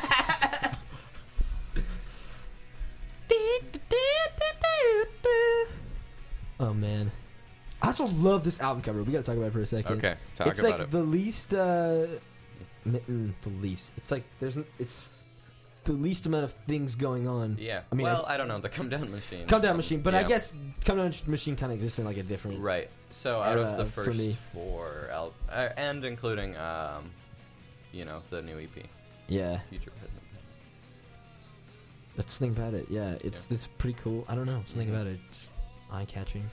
Speaker 2: Oh man. I also love this album cover. We gotta talk about it for a second.
Speaker 1: Okay, talk
Speaker 2: it's
Speaker 1: about
Speaker 2: like
Speaker 1: it.
Speaker 2: the least uh mm, mm, the least. It's like there's n- it's the least amount of things going on.
Speaker 1: yeah.
Speaker 2: I mean,
Speaker 1: well, I don't know. The come down machine.
Speaker 2: Come Down Machine, but I
Speaker 1: Yeah.
Speaker 2: guess Come Down Machine kind of exists in like a different
Speaker 1: Right. So out of
Speaker 2: Era
Speaker 1: the
Speaker 2: for me.
Speaker 1: first four, al- uh, and including, um, you know, the new EP,
Speaker 2: Yeah.
Speaker 1: Future Present.
Speaker 2: That's the thing about it. Yeah, it's
Speaker 1: Yeah.
Speaker 2: this pretty cool. I don't know. Something
Speaker 1: Mhm.
Speaker 2: about it. It's eye catching.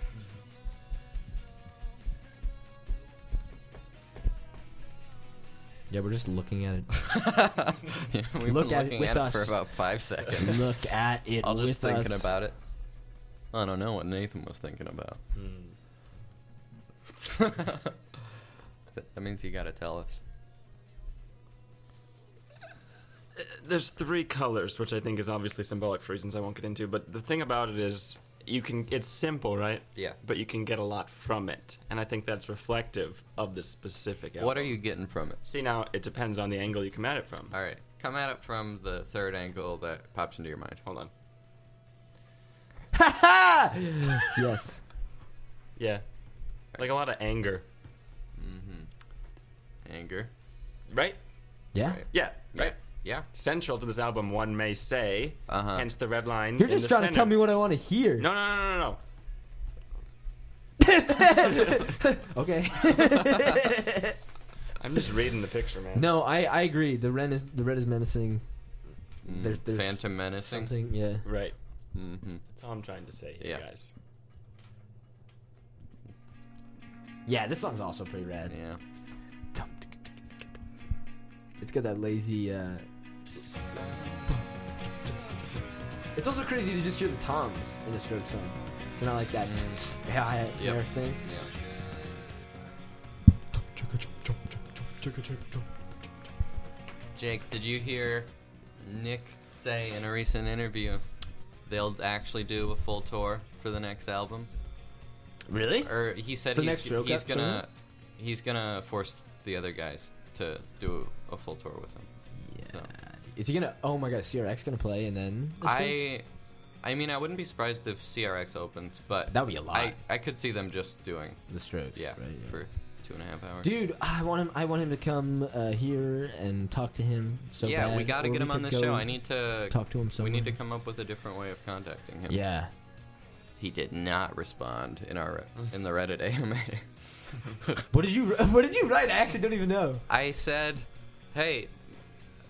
Speaker 2: Yeah, we're just looking at it.
Speaker 1: yeah, we've
Speaker 2: Look
Speaker 1: been
Speaker 2: at it
Speaker 1: looking
Speaker 2: with
Speaker 1: at it for
Speaker 2: us.
Speaker 1: about five seconds.
Speaker 2: Look at it.
Speaker 1: I was just
Speaker 2: with
Speaker 1: thinking
Speaker 2: us.
Speaker 1: about it. I don't know what Nathan was thinking about.
Speaker 3: Hmm.
Speaker 1: that means you gotta tell us.
Speaker 3: There's three colors, which I think is obviously symbolic for reasons I won't get into. But the thing about it is, you can. It's simple, right?
Speaker 1: Yeah.
Speaker 3: But you can get a lot from it, and I think that's reflective of the specific. Album.
Speaker 1: What are you getting from it?
Speaker 3: See now, it depends on the angle you come at it from.
Speaker 1: All right, come at it from the third angle that pops into your mind.
Speaker 3: Hold on.
Speaker 2: yes.
Speaker 3: Yeah. Like a lot of anger,
Speaker 1: Mm-hmm. Anger.
Speaker 3: right?
Speaker 2: Yeah.
Speaker 1: Right.
Speaker 3: Yeah.
Speaker 1: Yeah.
Speaker 3: Right.
Speaker 1: Yeah.
Speaker 3: Central to this album, one may say.
Speaker 1: Uh-huh.
Speaker 3: Hence the red line.
Speaker 2: You're
Speaker 3: in
Speaker 2: just
Speaker 3: the
Speaker 2: trying
Speaker 3: center.
Speaker 2: to tell me what I want to hear.
Speaker 3: No, no, no, no, no, no.
Speaker 2: Okay.
Speaker 3: I'm just reading the picture, man.
Speaker 2: no, I, I agree. The red is the red is menacing.
Speaker 1: Mm,
Speaker 2: There's- there's
Speaker 1: Phantom menacing.
Speaker 2: Something. Yeah.
Speaker 3: Right.
Speaker 1: Mm-hmm.
Speaker 3: That's all I'm trying to say here,
Speaker 1: Yeah.
Speaker 3: guys.
Speaker 2: Yeah. This song's also pretty rad.
Speaker 1: Yeah.
Speaker 2: It's got that lazy. uh It's also crazy to just hear the toms in a stroke song. It's not like that
Speaker 1: Mm.
Speaker 2: high hat snare thing.
Speaker 1: Yeah. Jake, did you hear Nick say in a recent interview they'll actually do a full tour for the next album?
Speaker 2: Really?
Speaker 1: Or he said
Speaker 2: For
Speaker 1: he's,
Speaker 2: next Stroke
Speaker 1: he's
Speaker 2: episode?
Speaker 1: gonna he's gonna force the other guys to do a full tour with him.
Speaker 2: Yeah.
Speaker 1: So.
Speaker 2: Is he gonna? Oh my god, is CRX gonna play and then? this thing?
Speaker 1: I I mean I wouldn't be surprised if CRX opens, but
Speaker 2: That would be a lot.
Speaker 1: I, I could see them just doing
Speaker 2: the Strokes.
Speaker 1: yeah,
Speaker 2: Right,
Speaker 1: for two and a half hours.
Speaker 2: Dude, I want him. I want him to come uh, here and talk to him. So
Speaker 1: yeah, we
Speaker 2: bad,
Speaker 1: gotta
Speaker 2: or
Speaker 1: get
Speaker 2: we
Speaker 1: him on
Speaker 2: could
Speaker 1: the show.
Speaker 2: go
Speaker 1: I need to
Speaker 2: talk to him. Somewhere.
Speaker 1: We need to come up with a different way of contacting him.
Speaker 2: Yeah.
Speaker 1: He did not respond in our in the Reddit AMA.
Speaker 2: What did you? What did you write? I actually don't even know.
Speaker 1: I said, "Hey,"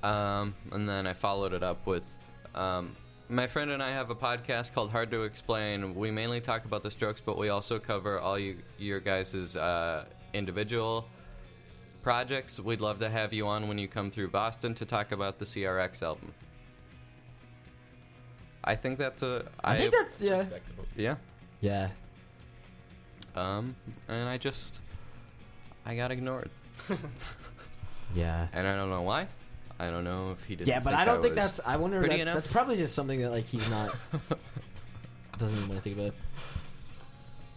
Speaker 1: um, and then I followed it up with, um, "My friend and I have a podcast called Hard to Explain. We mainly talk about the Strokes, but we also cover all you your guys's uh, individual." Projects, we'd love to have you on when you come through Boston to talk about the CRX album. I I think that's a.
Speaker 2: I, think that's yeah.
Speaker 4: Respectable.
Speaker 1: yeah.
Speaker 2: Yeah.
Speaker 1: Um, and I just I got ignored,
Speaker 2: Yeah.
Speaker 1: and I don't know why. I don't know if he did.
Speaker 2: Yeah, but I don't think that's. I wonder.
Speaker 1: pretty
Speaker 2: That,
Speaker 1: enough.
Speaker 2: that's probably just something that like he's not doesn't even want to think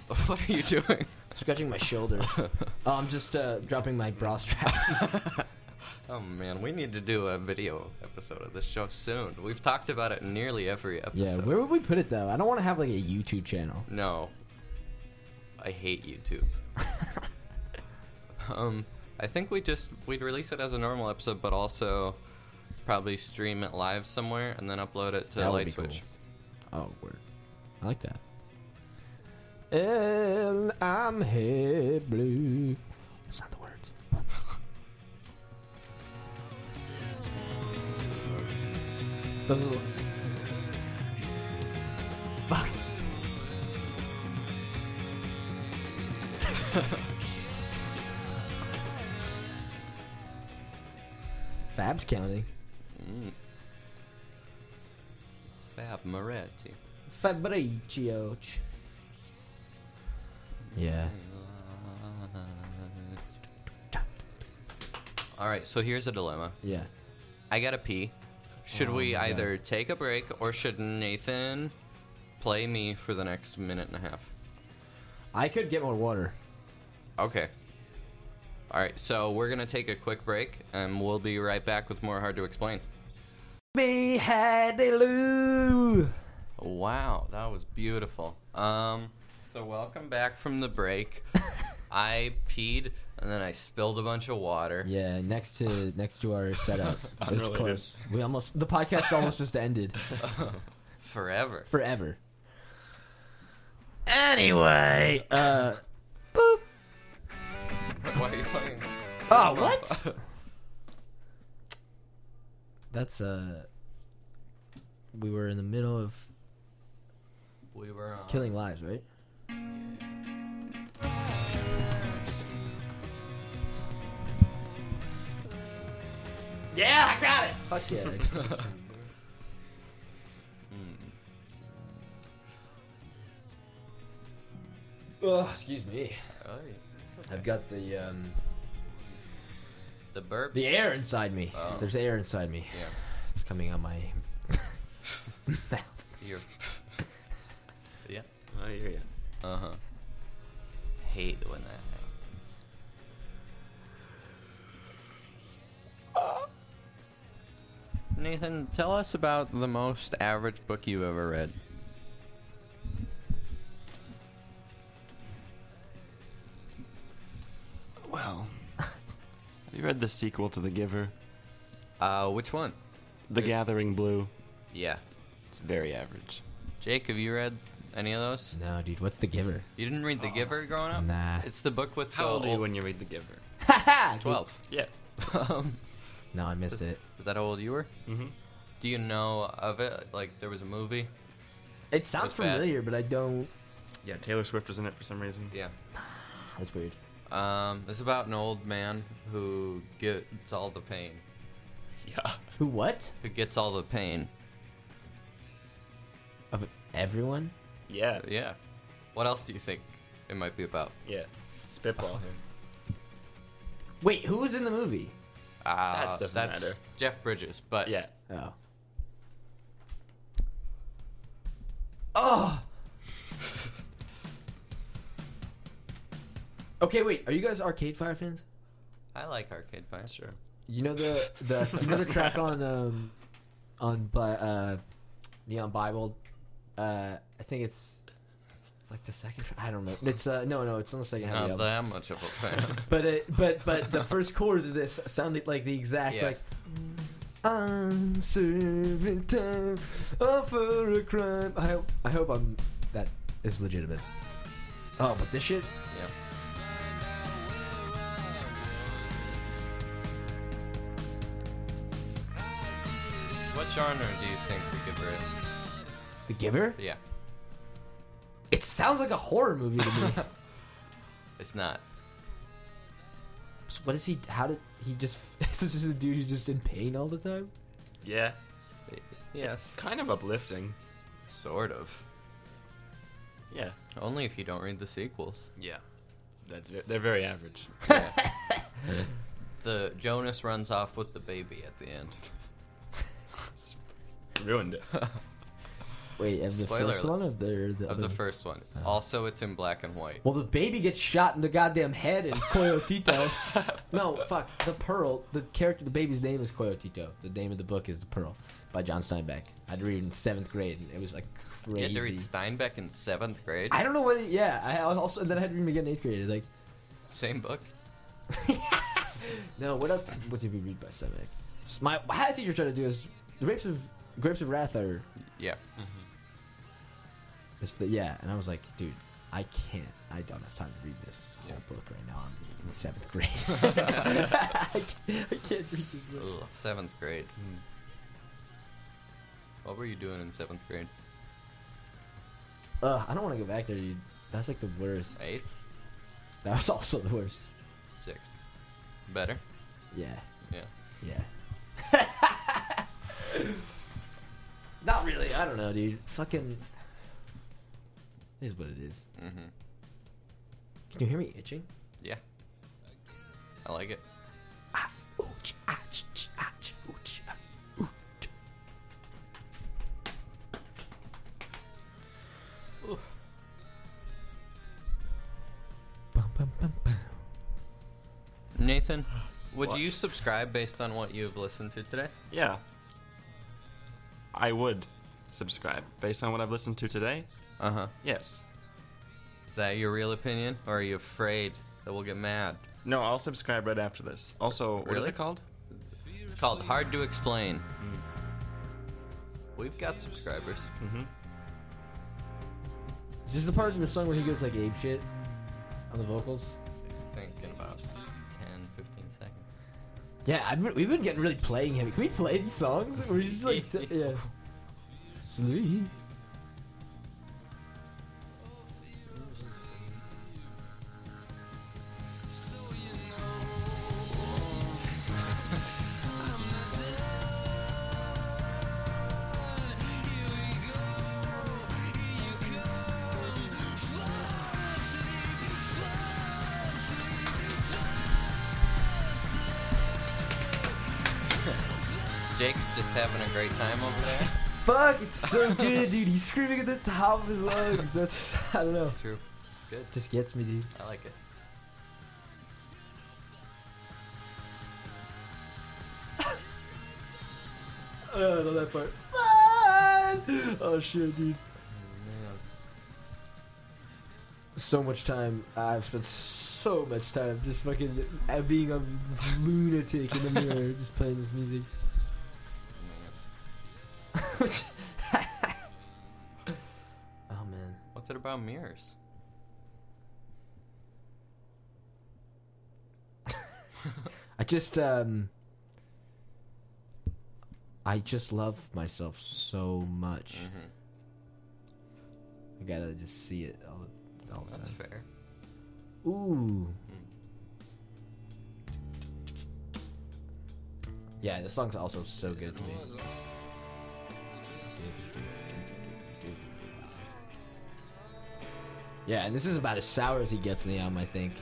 Speaker 2: about.
Speaker 1: what are you doing?
Speaker 2: Scratching my shoulder. oh, I'm just uh, dropping my bra strap.
Speaker 1: Oh man, we need to do a video episode of this show soon. We've talked about it nearly every
Speaker 2: yeah.
Speaker 1: episode.
Speaker 2: Where would we put it though? I don't want to have like a YouTube channel.
Speaker 1: No. I hate YouTube. um, I think we just we'd release it as a normal episode, but also probably stream it live somewhere and then upload it to
Speaker 2: That would
Speaker 1: Light
Speaker 2: be
Speaker 1: Switch.
Speaker 2: Oh, word. I like that. And I'm head blue. That's not the words. Those are the. Fuck. Fab's counting.
Speaker 1: Fab Moretti.
Speaker 2: Fabricio. Yeah.
Speaker 1: All right, so here's a dilemma.
Speaker 2: Yeah.
Speaker 1: I gotta pee. Should we
Speaker 2: Oh my God.
Speaker 1: either take a break or should Nathan play me for the next minute and a half?
Speaker 2: I could get more water.
Speaker 1: Okay. All right, so we're gonna take a quick break, and we'll be right back with more hard to explain.
Speaker 2: Me had a loo.
Speaker 1: Wow, that was beautiful. Um, so welcome back from the break. I peed and then I spilled a bunch of water.
Speaker 2: Yeah, next to next to our setup. It was
Speaker 4: Unrelated.
Speaker 2: close. We almost the podcast almost just ended
Speaker 1: Forever.
Speaker 2: forever. Anyway, uh, boop.
Speaker 1: Why are you playing?
Speaker 2: Oh, what? That's uh, we were in the middle of
Speaker 1: we were on.
Speaker 2: killing lives, right? Yeah, I got it. Fuck yeah. oh, excuse me.
Speaker 1: Oh, yeah.
Speaker 2: I've got the um,
Speaker 1: The burps.
Speaker 2: the air inside me.
Speaker 1: Oh.
Speaker 2: There's air inside me.
Speaker 1: Yeah.
Speaker 2: It's coming out my mouth.
Speaker 1: You're. yeah.
Speaker 3: I hear you.
Speaker 1: Uh huh. Hate when that happens. Uh. Nathan, tell us about the most average book you've ever read.
Speaker 3: Well, have you read the sequel to The Giver?
Speaker 1: Uh, which one?
Speaker 3: The
Speaker 1: Good.
Speaker 3: Gathering Blue.
Speaker 1: Yeah.
Speaker 3: It's very average.
Speaker 1: Jake, have you read any of those?
Speaker 2: No, dude. What's the giver?
Speaker 1: You didn't read The Giver growing up?
Speaker 2: Nah.
Speaker 1: It's the book with
Speaker 3: How
Speaker 1: the
Speaker 3: old are you
Speaker 1: old-
Speaker 3: when you read The Giver?
Speaker 2: Ha ha.
Speaker 1: 12.
Speaker 3: Oh. Yeah.
Speaker 1: um,
Speaker 2: No, I missed it.
Speaker 1: is that how old you were?
Speaker 3: Mm-hmm.
Speaker 1: Do you know of it? Like, there was a movie?
Speaker 2: It sounds
Speaker 1: That's bad.
Speaker 2: familiar, but I don't.
Speaker 3: Yeah, Taylor Swift was in it for some reason.
Speaker 1: Yeah.
Speaker 2: That's weird.
Speaker 1: Um, it's about an old man who gets all the pain.
Speaker 3: Yeah.
Speaker 2: Who? What?
Speaker 1: Who gets all the pain?
Speaker 2: Of everyone?
Speaker 3: Yeah.
Speaker 1: Yeah. What else do you think it might be about?
Speaker 3: Yeah. Spitball here.
Speaker 2: Wait, who was in the movie?
Speaker 1: Uh,
Speaker 3: That doesn't
Speaker 1: that's
Speaker 3: matter.
Speaker 1: Jeff Bridges, but
Speaker 3: Yeah.
Speaker 2: Oh. Oh. okay, wait. Are you guys Arcade Fire fans?
Speaker 1: I like Arcade Fire.
Speaker 3: Sure.
Speaker 2: You know the the you know the track on um on Bi- uh Neon Bible. Uh, I think it's like the second. Tra- I don't know. It's uh no no. It's on the second half. of the
Speaker 1: Not
Speaker 2: album.
Speaker 1: that much of a fan.
Speaker 2: But it, but but the first chords of this sounded like the exact
Speaker 1: Yeah.
Speaker 2: like. I'm serving time all for a crime. I hope I hope I'm that is legitimate. Oh, but this shit.
Speaker 1: yeah. What genre do you think The Giver is?
Speaker 2: The Giver.
Speaker 1: Yeah,
Speaker 2: It sounds like a horror movie to me.
Speaker 1: it's not.
Speaker 2: So what is he? How did he just? Is this just a dude who's just in pain all the time?
Speaker 3: Yeah.
Speaker 1: Yes.
Speaker 3: It's kind of uplifting.
Speaker 1: Sort of.
Speaker 3: Yeah.
Speaker 1: Only if you don't read the sequels.
Speaker 3: Yeah. That's ve- they're very average.
Speaker 1: The Jonas runs off with the baby at the end.
Speaker 3: Ruined it.
Speaker 2: Wait, of the
Speaker 1: Spoiler
Speaker 2: first
Speaker 1: alert.
Speaker 2: one of the, the
Speaker 1: Of the first one.
Speaker 3: Uh-huh.
Speaker 1: Also, it's in black and white.
Speaker 2: Well, the baby gets shot in the goddamn head in Coyotito. no, fuck. The Pearl. The character, the baby's name is Coyotito. The name of the book is The Pearl by John Steinbeck. I'd read it in seventh grade, and it was like
Speaker 1: You had
Speaker 2: crazy.
Speaker 1: to read Steinbeck in seventh grade.
Speaker 2: I don't know whether. Yeah, I also and then I had to read him again in eighth grade. It's like,
Speaker 1: Same book.
Speaker 2: no, what else? What did we read by Steinbeck? My what I had a teacher try to do is the rapes of grapes of wrath are.
Speaker 1: Yeah.
Speaker 2: Mm. It's the, yeah, and I was like, dude, I can't. I don't have time to read this whole
Speaker 1: Yeah.
Speaker 2: book right now. I'm in seventh grade. I, can't, I can't read this book.
Speaker 1: Ugh, seventh grade.
Speaker 2: Mm.
Speaker 1: What were you doing in seventh grade?
Speaker 2: Ugh, I don't want to go back there, dude. That's like the worst.
Speaker 1: Eighth?
Speaker 2: That was also the worst.
Speaker 1: Sixth? Better?
Speaker 2: Yeah,
Speaker 1: Yeah.
Speaker 2: yeah. Not really. I don't know, dude. Fucking. It is what it is.
Speaker 1: Mm-hmm.
Speaker 2: Can you hear me itching?
Speaker 1: Yeah. I like it.
Speaker 2: Ouch, ouch, ouch, ouch, ouch, ouch.
Speaker 1: Ooh.
Speaker 2: Bum, bum, bum, bum.
Speaker 1: Nathan, would
Speaker 3: What?
Speaker 1: you subscribe based on what you've listened to today?
Speaker 3: Yeah. I would subscribe based on what I've listened to today.
Speaker 1: Uh
Speaker 2: Uh-huh.
Speaker 1: huh.
Speaker 3: Yes.
Speaker 1: Is that your real opinion, or are you afraid that we'll get mad?
Speaker 3: No, I'll subscribe right after this. Also, what is
Speaker 1: Really?
Speaker 3: it called?
Speaker 1: It's called Hard to Explain.
Speaker 2: Mm.
Speaker 1: We've got subscribers.
Speaker 3: Mm-hmm.
Speaker 2: Is this the part in the song where he goes like ape shit on the vocals?
Speaker 1: Thinking about 10, 15 seconds.
Speaker 2: Yeah, I've been, we've been getting really playing heavy. Can we play these songs? We're just like, t- yeah. Sleep.
Speaker 1: Jake's just having a great time over there.
Speaker 2: Fuck, it's so good, dude. He's screaming at the top of his lungs. That's, I don't know.
Speaker 1: It's true. It's good.
Speaker 2: Just gets me, dude.
Speaker 1: I like it.
Speaker 2: Uh, I love that part. Fun! Oh, shit, dude. So much time. I've spent so much time just fucking uh, being a lunatic in the mirror, just playing this music. Oh, man.
Speaker 1: What's it about mirrors?
Speaker 2: I just um I just love myself so much.
Speaker 1: Mm-hmm.
Speaker 2: I gotta just see it all, all the
Speaker 1: Mm. That's
Speaker 2: time.
Speaker 1: fair.
Speaker 2: Ooh. Yeah, this song's also so good to me. Yeah, and this is about as sour as he gets in the album, I think.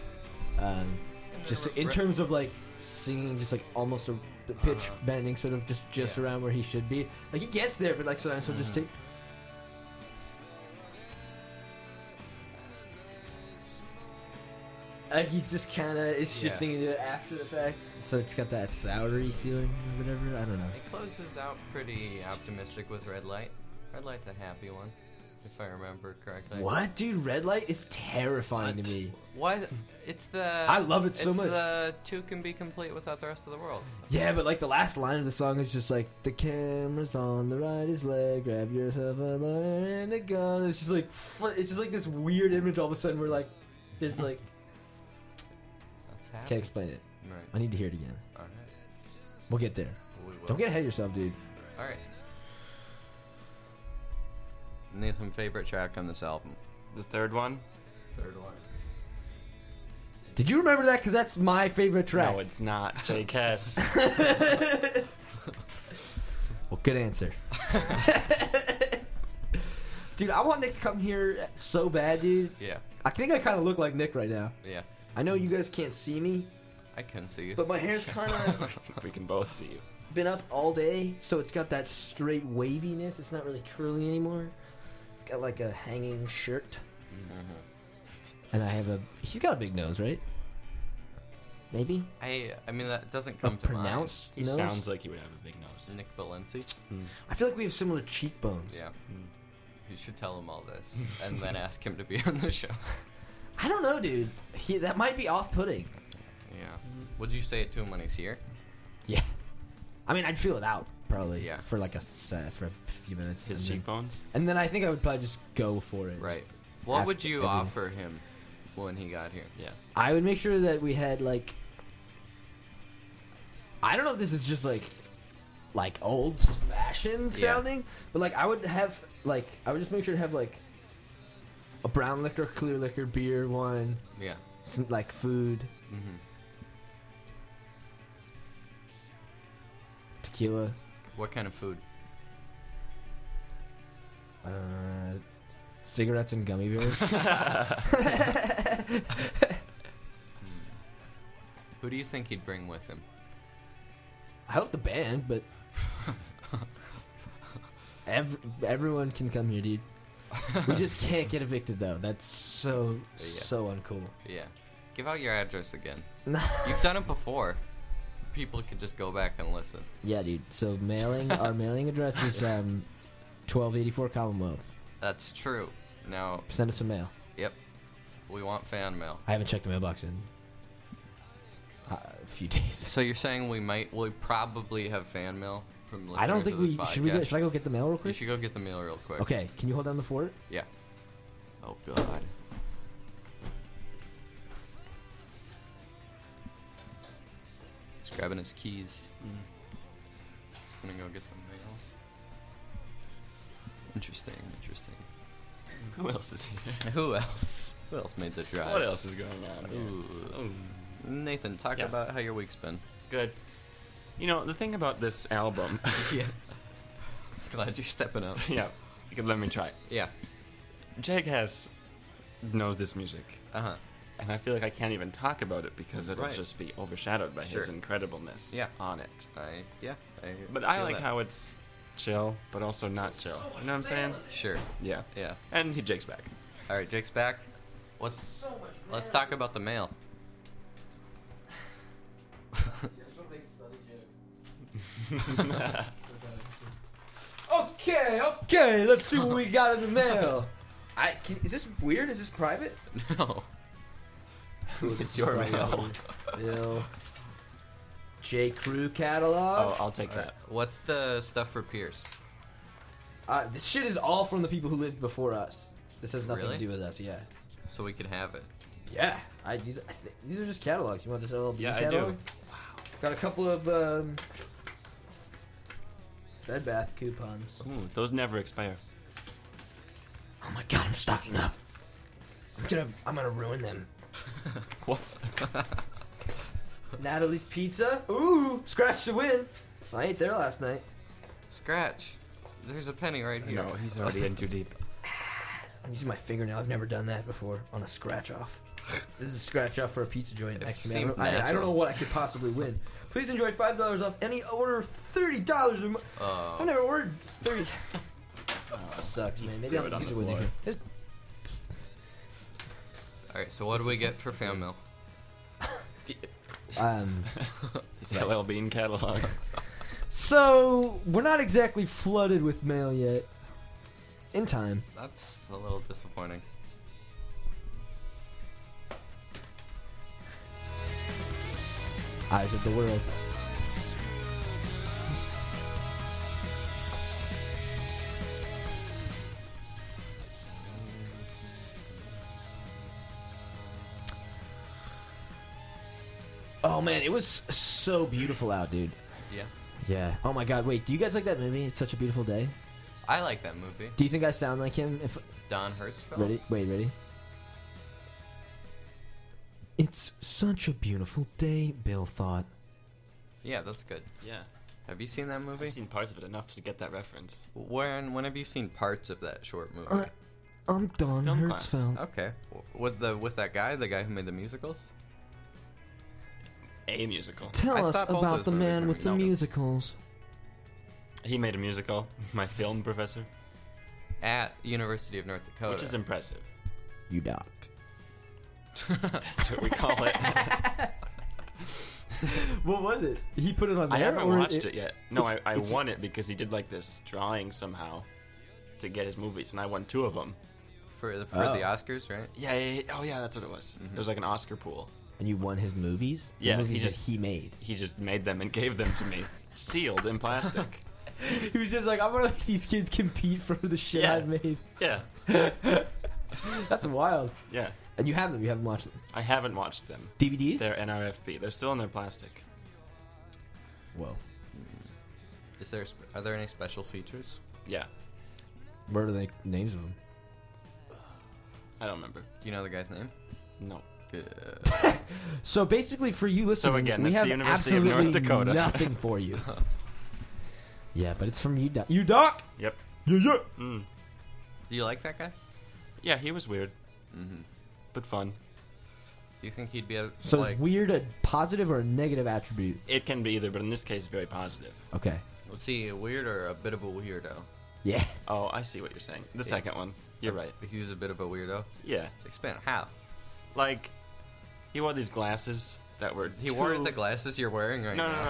Speaker 2: Um, just in terms of like singing, just like almost a the pitch bending, sort of just just
Speaker 1: Yeah.
Speaker 2: around where he should be. Like he gets there, but like sometimes he'll just take. Like Uh, he just kind of is
Speaker 1: Yeah.
Speaker 2: shifting into it after the fact, so it's got that soury feeling or whatever. I don't know.
Speaker 1: It closes out pretty optimistic with red light. Red light's a happy one, if I remember correctly.
Speaker 2: What, dude? Red light is terrifying
Speaker 3: What?
Speaker 2: to me.
Speaker 1: What? It's the.
Speaker 2: I love it so
Speaker 1: it's
Speaker 2: much.
Speaker 1: The two can be complete without the rest of the world.
Speaker 2: Yeah, but like the last line of the song is just like the camera's on the right his leg, grab yourself a line and a gun. It's just like fl- it's just like this weird image. All of a sudden, we're like, there's like
Speaker 1: That's happy.
Speaker 2: can't explain it. I
Speaker 1: Right.
Speaker 2: need to hear it again.
Speaker 1: All right.
Speaker 2: We'll get there.
Speaker 1: We will.
Speaker 2: Don't get ahead of yourself, dude.
Speaker 1: All right. Nathan, favorite track on this album?
Speaker 3: The third one?
Speaker 1: Third one.
Speaker 2: Did you remember that? Because that's my favorite track.
Speaker 3: No, it's not. Jake Hess.
Speaker 2: well, good answer. Dude, I want Nick to come here so bad, dude.
Speaker 1: Yeah,
Speaker 2: I think I kind of look like Nick right now.
Speaker 1: yeah.
Speaker 2: I know you guys can't see me,
Speaker 1: I couldn't see you.
Speaker 2: but my hair's kind of
Speaker 3: we can both see you.
Speaker 2: been up all day, so it's got that straight waviness. It's not really curly anymore. It's got like a hanging shirt. And I have a. He's got a big nose, right? Maybe?
Speaker 1: I I mean that doesn't
Speaker 2: A
Speaker 1: come to
Speaker 2: pronounced
Speaker 3: He
Speaker 2: nose?
Speaker 3: sounds like he would have a big nose. Hmm.
Speaker 1: mind. Nick Valenci.
Speaker 2: I feel like we have similar cheekbones.
Speaker 1: Yeah. You should tell him all this and then ask him to be on the show.
Speaker 2: I don't know, dude. He, that might be off putting.
Speaker 1: Yeah.
Speaker 2: Mm-hmm.
Speaker 1: Would you say it to him when he's here?
Speaker 2: Yeah. I mean, I'd feel it out probably.
Speaker 1: Yeah.
Speaker 2: For like a se- for a few minutes.
Speaker 3: His
Speaker 2: and
Speaker 1: Mm-hmm.
Speaker 2: then-
Speaker 3: cheekbones.
Speaker 2: And then I think I would probably just go for it.
Speaker 1: Right. What
Speaker 2: Ask
Speaker 1: would you
Speaker 2: everyone.
Speaker 1: offer him when he got here?
Speaker 3: Yeah.
Speaker 2: I would make sure that we had like. I don't know if this is just like, like old fashioned
Speaker 1: Yeah.
Speaker 2: sounding, but like I would have like I would just make sure to have like. A brown liquor, clear liquor, beer, wine,
Speaker 1: Yeah.
Speaker 2: some, like food,
Speaker 1: Mm-hmm.
Speaker 2: tequila.
Speaker 1: What kind of food?
Speaker 2: Uh, cigarettes and gummy bears.
Speaker 3: Mm.
Speaker 1: Who do you think he'd bring with him?
Speaker 2: I hope the band, but ev- everyone can come here, dude. We just can't get evicted though. That's so so uncool.
Speaker 1: Yeah. Give out your address again.
Speaker 2: No.
Speaker 1: You've done it before. People could just go back and listen.
Speaker 2: Yeah, dude. So mailing our mailing address is um, twelve eighty four Commonwealth.
Speaker 1: That's true. Now,
Speaker 2: Send us a mail.
Speaker 1: yep. We want fan mail.
Speaker 2: I haven't checked the mailbox in uh, a few days.
Speaker 1: So you're saying we might, we probably have fan mail from listeners
Speaker 2: I don't think
Speaker 1: of this
Speaker 2: we
Speaker 1: podcast.
Speaker 2: should we go, should I go get the mail real
Speaker 1: You
Speaker 2: quick?
Speaker 1: should go get the mail real quick.
Speaker 2: Okay, can you hold down the fort?
Speaker 1: Yeah. Oh god. He's grabbing his keys. He's gonna go get the mail. Interesting, interesting.
Speaker 3: Who else is here?
Speaker 1: Who else? Who else made the drive?
Speaker 3: What else is going on? here?
Speaker 1: Ooh.
Speaker 3: Ooh.
Speaker 1: Nathan, talk
Speaker 3: Yeah.
Speaker 1: about how your week's been.
Speaker 3: Good. You know the thing about this album.
Speaker 1: yeah. Glad you're stepping up.
Speaker 3: yeah. You can let me try.
Speaker 1: Yeah.
Speaker 3: Jake has knows this music,
Speaker 1: Uh huh.
Speaker 3: and I feel like I can't even talk about it because it'll
Speaker 1: Right.
Speaker 3: just be overshadowed by his
Speaker 1: Sure.
Speaker 3: incredibleness
Speaker 1: Yeah.
Speaker 3: on it.
Speaker 1: I yeah. I
Speaker 3: But I
Speaker 1: feel
Speaker 3: like
Speaker 1: that.
Speaker 3: how it's chill, but also not chill. You know what I'm saying?
Speaker 1: Sure.
Speaker 3: Yeah.
Speaker 1: Yeah.
Speaker 3: And he Jake's back.
Speaker 1: All right, Jake's back. What's Let's talk about the mail.
Speaker 2: Okay, okay. Let's see what we got in the mail. I can, is this weird? Is this private?
Speaker 1: No.
Speaker 3: it's your mail.
Speaker 2: Bill. J. Crew catalog.
Speaker 3: Oh, I'll take that.
Speaker 1: What's the stuff for Pierce?
Speaker 2: Uh, this shit is all from the people who lived before us. This has nothing
Speaker 1: Really?
Speaker 2: to do with us. Yeah.
Speaker 1: So we could have it.
Speaker 2: Yeah. I, these, I th- these are just catalogs. You want this LLB
Speaker 3: Yeah, I do.
Speaker 2: catalog? Got a couple of um, Bed Bath coupons.
Speaker 3: Ooh, those never expire.
Speaker 2: Oh my god, I'm stocking up. I'm gonna, I'm gonna ruin them.
Speaker 3: What?
Speaker 2: Natalie's Pizza. Ooh, scratch to win. I ate there last night.
Speaker 1: Scratch. There's a penny right here.
Speaker 3: No, he's already in too deep.
Speaker 2: I'm using my fingernail. I've never done that before on a scratch off. This is a scratch off for a pizza joint.
Speaker 1: It
Speaker 2: Next to me. I,
Speaker 1: seemed
Speaker 2: don't- I- I don't
Speaker 1: natural.
Speaker 2: know what I could possibly win. Please enjoy five dollars off any order of thirty dollars or more.
Speaker 1: Oh.
Speaker 2: I've never ordered thirty. Sucks, man. Maybe
Speaker 3: Throw
Speaker 2: I'm
Speaker 3: it on
Speaker 2: gonna use
Speaker 3: the
Speaker 2: it with you.
Speaker 3: floor.
Speaker 2: This-
Speaker 1: All right. So what do we get for fan mail?
Speaker 2: Um,
Speaker 3: It's LL Bean catalog.
Speaker 2: so we're not exactly flooded with mail yet. In time.
Speaker 1: That's a little disappointing.
Speaker 2: Eyes of the World. Oh man, it was so beautiful out, dude.
Speaker 1: Yeah.
Speaker 2: Yeah. Oh my god, wait, do you guys like that movie? It's such a beautiful day.
Speaker 1: I like that movie.
Speaker 2: Do you think I sound like him if
Speaker 1: Don Hertzfeld.
Speaker 2: Ready? Wait, ready? It's such a beautiful day, Bill thought.
Speaker 1: Yeah, that's good.
Speaker 3: Yeah.
Speaker 1: Have you seen that movie?
Speaker 3: I've seen parts of it enough to get that reference.
Speaker 1: When when have you seen parts of that short
Speaker 3: Uh.
Speaker 1: movie?
Speaker 2: I'm Don
Speaker 3: Film class.
Speaker 2: Hertzfeld.
Speaker 1: Okay, W- with the with that guy, the guy who made the musicals.
Speaker 3: A musical.
Speaker 2: Tell
Speaker 1: I
Speaker 2: us
Speaker 1: thought both
Speaker 2: about
Speaker 1: those
Speaker 2: the
Speaker 1: movies
Speaker 2: man
Speaker 1: were
Speaker 2: with the
Speaker 1: noted.
Speaker 2: musicals.
Speaker 3: He made a musical. My film professor,
Speaker 1: at University of North Dakota.
Speaker 3: which is impressive.
Speaker 2: You doc.
Speaker 3: That's what we call it.
Speaker 2: What was it? He put it on.
Speaker 3: I
Speaker 2: there,
Speaker 3: haven't
Speaker 2: or
Speaker 3: watched it, yet. No, I,
Speaker 2: it's-
Speaker 3: I
Speaker 2: it's-
Speaker 3: won it because he did like this drawing somehow to get his movies, and I won two of them.
Speaker 1: for the, for
Speaker 2: Oh.
Speaker 1: the Oscars, right?
Speaker 3: Yeah, yeah, yeah. oh yeah, that's what it was. It was like an Oscar pool.
Speaker 2: And you won his movies. The
Speaker 3: Yeah, he
Speaker 2: movies
Speaker 3: just-
Speaker 2: that he made.
Speaker 3: He just made them and gave them to me, sealed in plastic.
Speaker 2: He was just like, I'm gonna let these kids compete for the shit
Speaker 3: Yeah.
Speaker 2: I've made.
Speaker 3: Yeah,
Speaker 2: That's wild.
Speaker 3: yeah.
Speaker 2: And you have them. You haven't watched them.
Speaker 3: I haven't watched them.
Speaker 2: DVDs.
Speaker 3: They're NRFB. They're still in their plastic.
Speaker 2: Whoa.
Speaker 1: Is there sp- are there any special features?
Speaker 3: Yeah,
Speaker 2: What are the names of them?
Speaker 3: I don't remember.
Speaker 1: Do you know the guy's name?
Speaker 3: No.
Speaker 1: Uh,
Speaker 2: So basically, for you listening,
Speaker 3: again,
Speaker 2: we
Speaker 3: that's
Speaker 2: have
Speaker 3: the University of North
Speaker 2: absolutely
Speaker 3: Dakota.
Speaker 2: nothing for you. yeah, but it's from you, doc. You doc.
Speaker 3: Yep.
Speaker 2: Yeah, yeah.
Speaker 3: Mm.
Speaker 1: do you like that guy?
Speaker 3: Yeah, he was weird, Mm-hmm.
Speaker 1: hmm
Speaker 3: but fun.
Speaker 1: Do you think he'd be a,
Speaker 2: So
Speaker 1: like?
Speaker 2: is weird a positive or a negative attribute?
Speaker 3: It can be either, but in this case, very positive.
Speaker 2: Okay.
Speaker 1: Let's see, a weird or a bit of a weirdo?
Speaker 2: Yeah.
Speaker 3: Oh, I see what you're saying. The second one. You're right.
Speaker 1: He's a bit of a weirdo.
Speaker 3: Yeah.
Speaker 1: Expand how?
Speaker 3: Like, he wore these glasses that were.
Speaker 1: He wore
Speaker 3: too-
Speaker 1: the glasses you're wearing right
Speaker 3: No,
Speaker 1: now.
Speaker 3: no,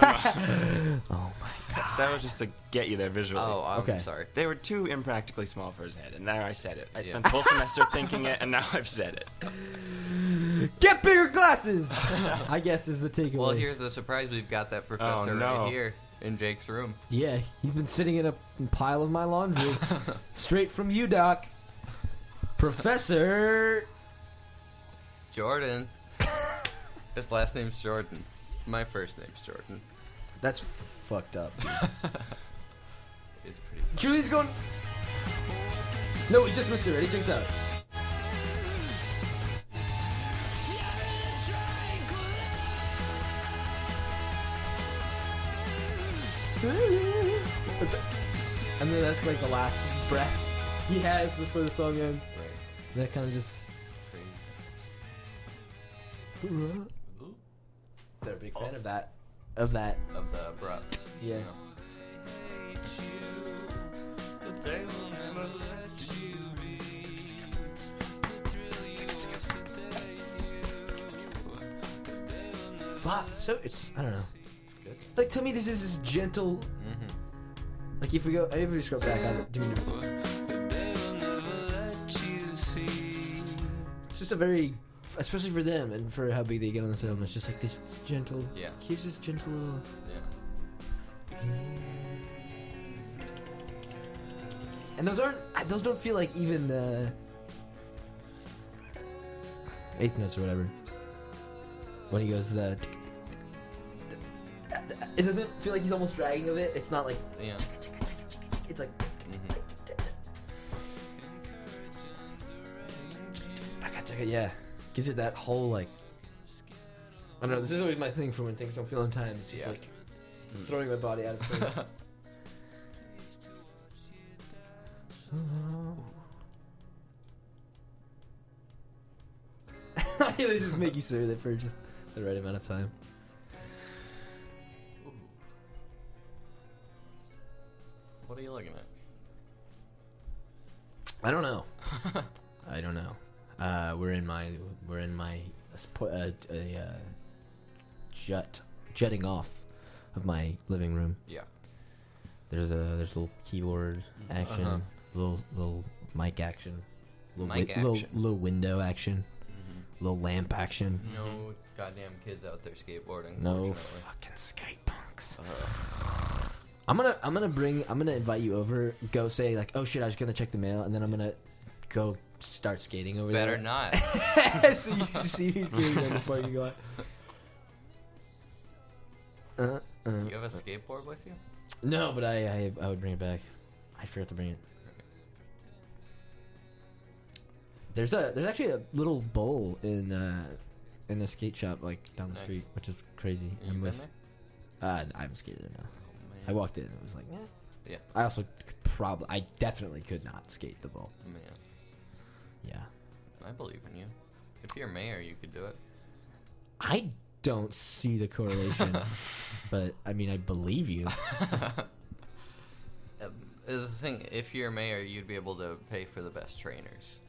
Speaker 3: no, no.
Speaker 2: Oh my.
Speaker 3: that was just to get you there visually.
Speaker 1: Oh, I'm
Speaker 2: Okay.
Speaker 1: sorry.
Speaker 3: They were too impractically small for his head, and there I said it. I
Speaker 1: Yeah.
Speaker 3: spent the whole semester thinking it, and now I've said it.
Speaker 2: Get bigger glasses. I guess is the takeaway.
Speaker 1: Well, here's the surprise. We've got that professor
Speaker 3: Oh, no.
Speaker 1: right here in Jake's room.
Speaker 2: Yeah, he's been sitting in a pile of my laundry, straight from you, doc. Professor.
Speaker 1: Jordan. His last name's Jordan. My first name's Jordan.
Speaker 2: That's fucked up. dude.
Speaker 1: It's pretty.
Speaker 2: Julie's going. No, he just missed it. Ready? Jinx out. And then that's like the last breath he has before the song ends.
Speaker 1: Right.
Speaker 2: That kind of just.
Speaker 1: Crazy.
Speaker 2: They're a big fan of that. Of that.
Speaker 1: of the abrupt.
Speaker 2: Yeah. Fuck. So it's. I don't know. Like, tell me this is this gentle. Like, if we go. If we scroll back, I do. It's just a very. Especially for them and for how big they get on this album, it's just like this gentle.
Speaker 1: Yeah.
Speaker 2: Here's this gentle little. And those aren't. I- Those don't feel like even the eighth notes or whatever. When he goes the. It doesn't feel like he's almost dragging of it. It's not like
Speaker 1: Yeah. Yeah.
Speaker 2: it's like. I got to yeah. Gives it that whole like. I don't know. This is always my thing for when things don't feel on time. It's just
Speaker 1: Yeah.
Speaker 2: like throwing my body out of sync. they just make you serve it for just the right amount of time.
Speaker 1: What are you looking at?
Speaker 2: I don't know. I don't know. Uh, we're in my we're in my sp- uh, uh, uh, jut jutting off of my living room.
Speaker 1: Yeah.
Speaker 2: There's a there's a little keyboard action,
Speaker 1: Uh-huh.
Speaker 2: little little mic action, little,
Speaker 1: Mic
Speaker 2: little
Speaker 1: action.
Speaker 2: little window action, little lamp action.
Speaker 1: No goddamn kids out there skateboarding.
Speaker 2: Mm-hmm. No
Speaker 1: Mm-hmm. fortunately. Uh.
Speaker 2: fucking skate punks. I'm gonna I'm gonna bring I'm gonna invite you over. Go say like, oh shit, I was gonna check the mail, and then I'm gonna go start skating over
Speaker 1: Better
Speaker 2: there.
Speaker 1: not.
Speaker 2: Better so you should see me skating on the parking lot. Uh, uh.
Speaker 1: you have a skateboard with you?
Speaker 2: No, but I, I I would bring it back. I forgot to bring it. There's a there's actually a little bowl in uh in a skate shop like down the
Speaker 1: Nice.
Speaker 2: street, which is crazy.
Speaker 1: You
Speaker 2: I'm
Speaker 1: been
Speaker 2: with-
Speaker 1: there?
Speaker 2: uh, I haven't skated in a
Speaker 1: Oh man.
Speaker 2: I walked in. and was like, "Eh."
Speaker 1: Yeah.
Speaker 2: I also could probably, I definitely could not skate the ball.
Speaker 1: Man,
Speaker 2: Yeah.
Speaker 1: I believe in you. If you're mayor, you could do it.
Speaker 2: I don't see the correlation, but I mean, I believe you.
Speaker 1: Uh, The thing, if you're mayor, you'd be able to pay for the best trainers.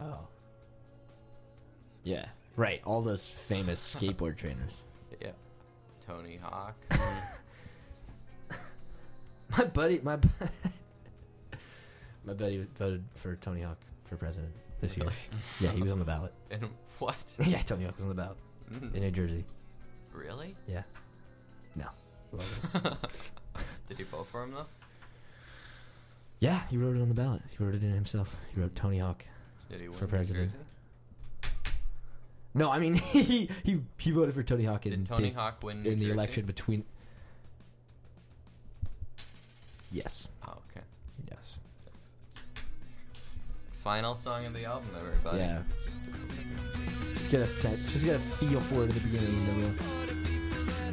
Speaker 2: Oh. Yeah. Right. All those famous skateboard trainers.
Speaker 1: Yeah. Tony Hawk.
Speaker 2: My buddy, my my buddy voted for Tony Hawk for president this year.
Speaker 1: Really?
Speaker 2: Yeah, he was on the ballot.
Speaker 1: and what? Mm-hmm.
Speaker 2: yeah, Tony Hawk was on the ballot in New Jersey.
Speaker 1: Really?
Speaker 2: Yeah. No.
Speaker 1: Did you vote for him though?
Speaker 2: Yeah, he wrote it on the ballot. He wrote it in himself. He wrote Tony Hawk.
Speaker 1: Did he win
Speaker 2: For
Speaker 1: New
Speaker 2: president.
Speaker 1: Jersey?
Speaker 2: No, I mean he he he voted for Tony Hawk in
Speaker 1: Did Tony
Speaker 2: this-
Speaker 1: Hawk win New
Speaker 2: in the
Speaker 1: Jersey?
Speaker 2: election between. Yes.
Speaker 1: Oh, okay.
Speaker 2: Yes.
Speaker 1: Final song of the album, everybody.
Speaker 2: Yeah. Just get a set. Just get a feel for it at the beginning. Then we'll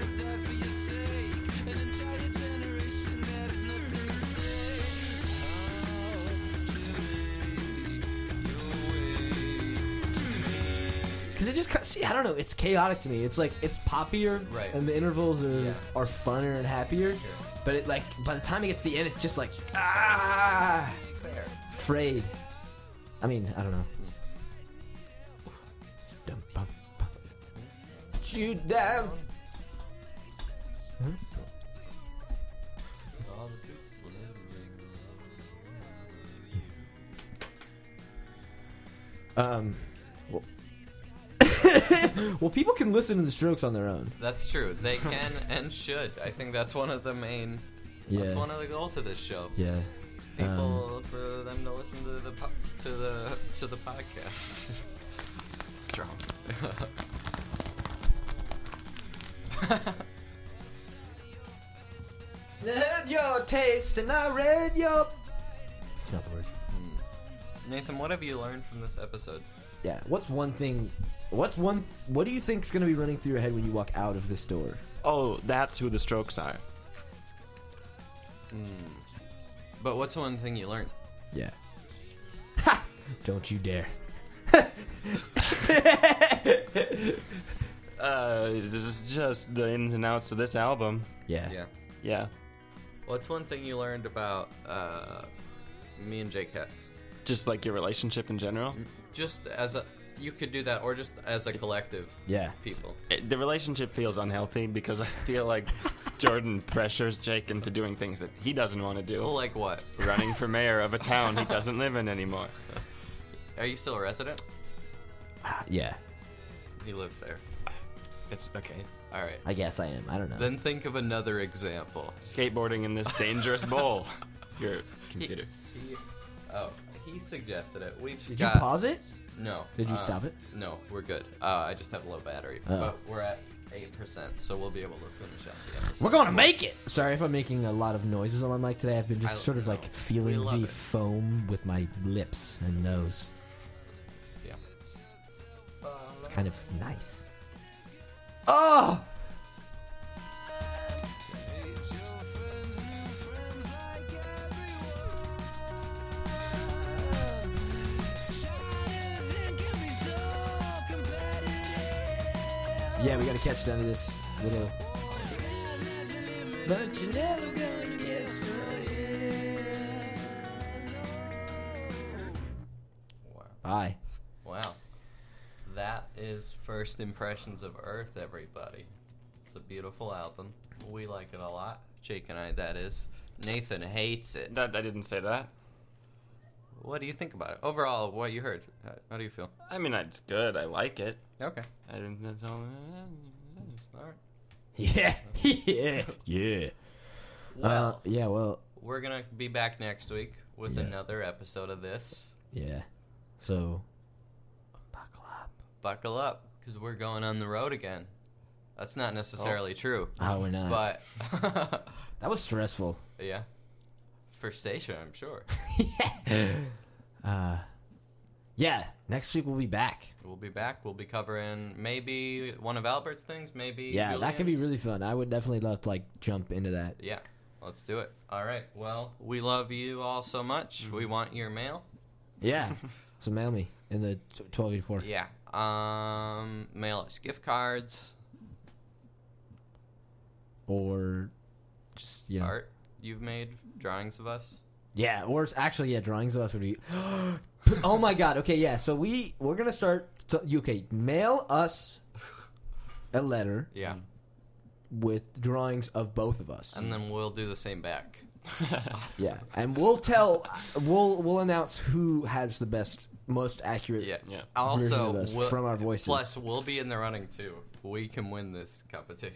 Speaker 2: Because it just cut- see, I don't know. It's chaotic to me. It's like it's poppier,
Speaker 1: Right.
Speaker 2: And the intervals are,
Speaker 1: Yeah.
Speaker 2: are funner and happier.
Speaker 1: Sure.
Speaker 2: But it like by the time it gets to the end, it's just like ah,
Speaker 1: Fair.
Speaker 2: frayed. I mean, I don't know. Dum, bum, bum. Put You down. Um. Well, well, people can listen to the Strokes on their own.
Speaker 1: That's true. They can and should. I think that's one of the main. That's one of the goals of this show.
Speaker 2: yeah. Um,
Speaker 1: People for them to listen to the po- to the to the podcast.
Speaker 3: Strong.
Speaker 2: Read your taste and I read your. It's not the worst.
Speaker 1: Nathan, what have you learned from this episode?
Speaker 2: Yeah. What's one thing? What's one? What do you think's gonna be running through your head when you walk out of this door?
Speaker 3: Oh, that's who the strokes are.
Speaker 2: Hmm.
Speaker 1: But what's one thing you learned?
Speaker 2: Yeah. Ha! Don't you dare.
Speaker 3: Uh, just, just the ins and outs of this album.
Speaker 2: Yeah.
Speaker 1: Yeah.
Speaker 3: Yeah.
Speaker 1: What's one thing you learned about uh, me and Jake Hess?
Speaker 3: Just like your relationship in general.
Speaker 1: Mm. Just as a, you could do that, or just as a collective,
Speaker 2: Yeah.
Speaker 1: people.
Speaker 3: It- Eh, the relationship feels unhealthy because I feel like Jordan pressures Jake into doing things that he doesn't want to do.
Speaker 1: Like what?
Speaker 3: Running for mayor of a town he doesn't live in anymore.
Speaker 1: Are you still a resident?
Speaker 2: Ah, Yeah.
Speaker 1: He lives there.
Speaker 3: It's okay.
Speaker 1: All right.
Speaker 2: I guess I am. I don't know.
Speaker 1: Then think of another example.
Speaker 3: Skateboarding in this dangerous bowl. Your computer.
Speaker 1: He, oh, he suggested it. We've
Speaker 2: Did
Speaker 1: got,
Speaker 2: you pause it?
Speaker 1: No.
Speaker 2: Did you
Speaker 1: uh,
Speaker 2: stop it?
Speaker 1: No, we're good. Uh, I just have low battery,
Speaker 2: Oh.
Speaker 1: but we're at eight percent, so we'll be able to finish out the episode.
Speaker 2: We're gonna make it. Sorry if I'm making a lot of noises on my mic today. I've been just
Speaker 1: I-
Speaker 2: sort of
Speaker 1: no.
Speaker 2: like
Speaker 1: We
Speaker 2: feeling
Speaker 1: love
Speaker 2: the
Speaker 1: it.
Speaker 2: foam with my lips and nose.
Speaker 1: Yeah.
Speaker 2: It's kind of nice. Oh. Yeah, we gotta catch the end of this little. But you're never gonna guess
Speaker 1: Wow.
Speaker 2: Bye.
Speaker 1: Wow. That is First Impressions of Earth, everybody. It's a beautiful album. We like it a lot. Jake and I, that is. Nathan hates it.
Speaker 3: That, I didn't say that.
Speaker 1: What do you think about it? Overall, what you heard, how, how do you feel?
Speaker 3: I mean, it's good. I like it.
Speaker 1: Okay.
Speaker 3: I think that's all.
Speaker 1: All right.
Speaker 2: Yeah. yeah. Yeah. Uh,
Speaker 1: Well,
Speaker 2: yeah, well,
Speaker 1: we're going to be back next week with
Speaker 2: Yeah.
Speaker 1: another episode of this.
Speaker 2: yeah. So, buckle up.
Speaker 1: Buckle up, because we're going on the road again. That's not necessarily true,
Speaker 2: Oh, we're not.
Speaker 1: but
Speaker 2: that was stressful.
Speaker 1: yeah. First station, I'm sure.
Speaker 2: uh, yeah, Next week we'll be back.
Speaker 1: We'll be back. We'll be covering maybe one of Albert's things, maybe.
Speaker 2: Yeah, that could be
Speaker 1: Julian's.
Speaker 2: really fun. I would definitely love to like jump into that.
Speaker 1: Yeah, let's do it. All right. Well, we love you all so much. We
Speaker 2: Mm-hmm.
Speaker 1: want your mail.
Speaker 2: Yeah. so mail me in the t- 1284.
Speaker 1: Yeah. Um, mail us gift cards,
Speaker 2: Or just, you know.
Speaker 1: art you've made, drawings of us.
Speaker 2: Yeah, or it's actually, yeah, drawings of us would be. oh my god. Okay, yeah. So we, we're going to start. So, okay, mail us a letter
Speaker 1: Yeah.
Speaker 2: with drawings of both of us.
Speaker 1: And then we'll do the same back.
Speaker 2: Yeah, and we'll tell, we'll we'll announce who has the best, most accurate.
Speaker 1: Yeah.
Speaker 3: Yeah.
Speaker 2: Version
Speaker 1: Also,
Speaker 2: of us
Speaker 1: we'll-
Speaker 2: from our voices.
Speaker 1: Plus, we'll be in the running too. We can win this competition.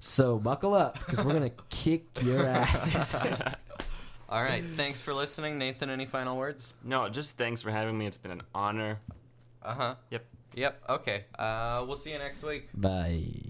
Speaker 2: So buckle up because we're gonna kick your asses.
Speaker 1: all right. Thanks for listening, Nathan. Any final words?
Speaker 3: no, just thanks for having me. It's been an honor.
Speaker 1: Uh huh.
Speaker 3: Yep.
Speaker 1: Yep. Okay. Uh, we'll see you next week.
Speaker 2: Bye.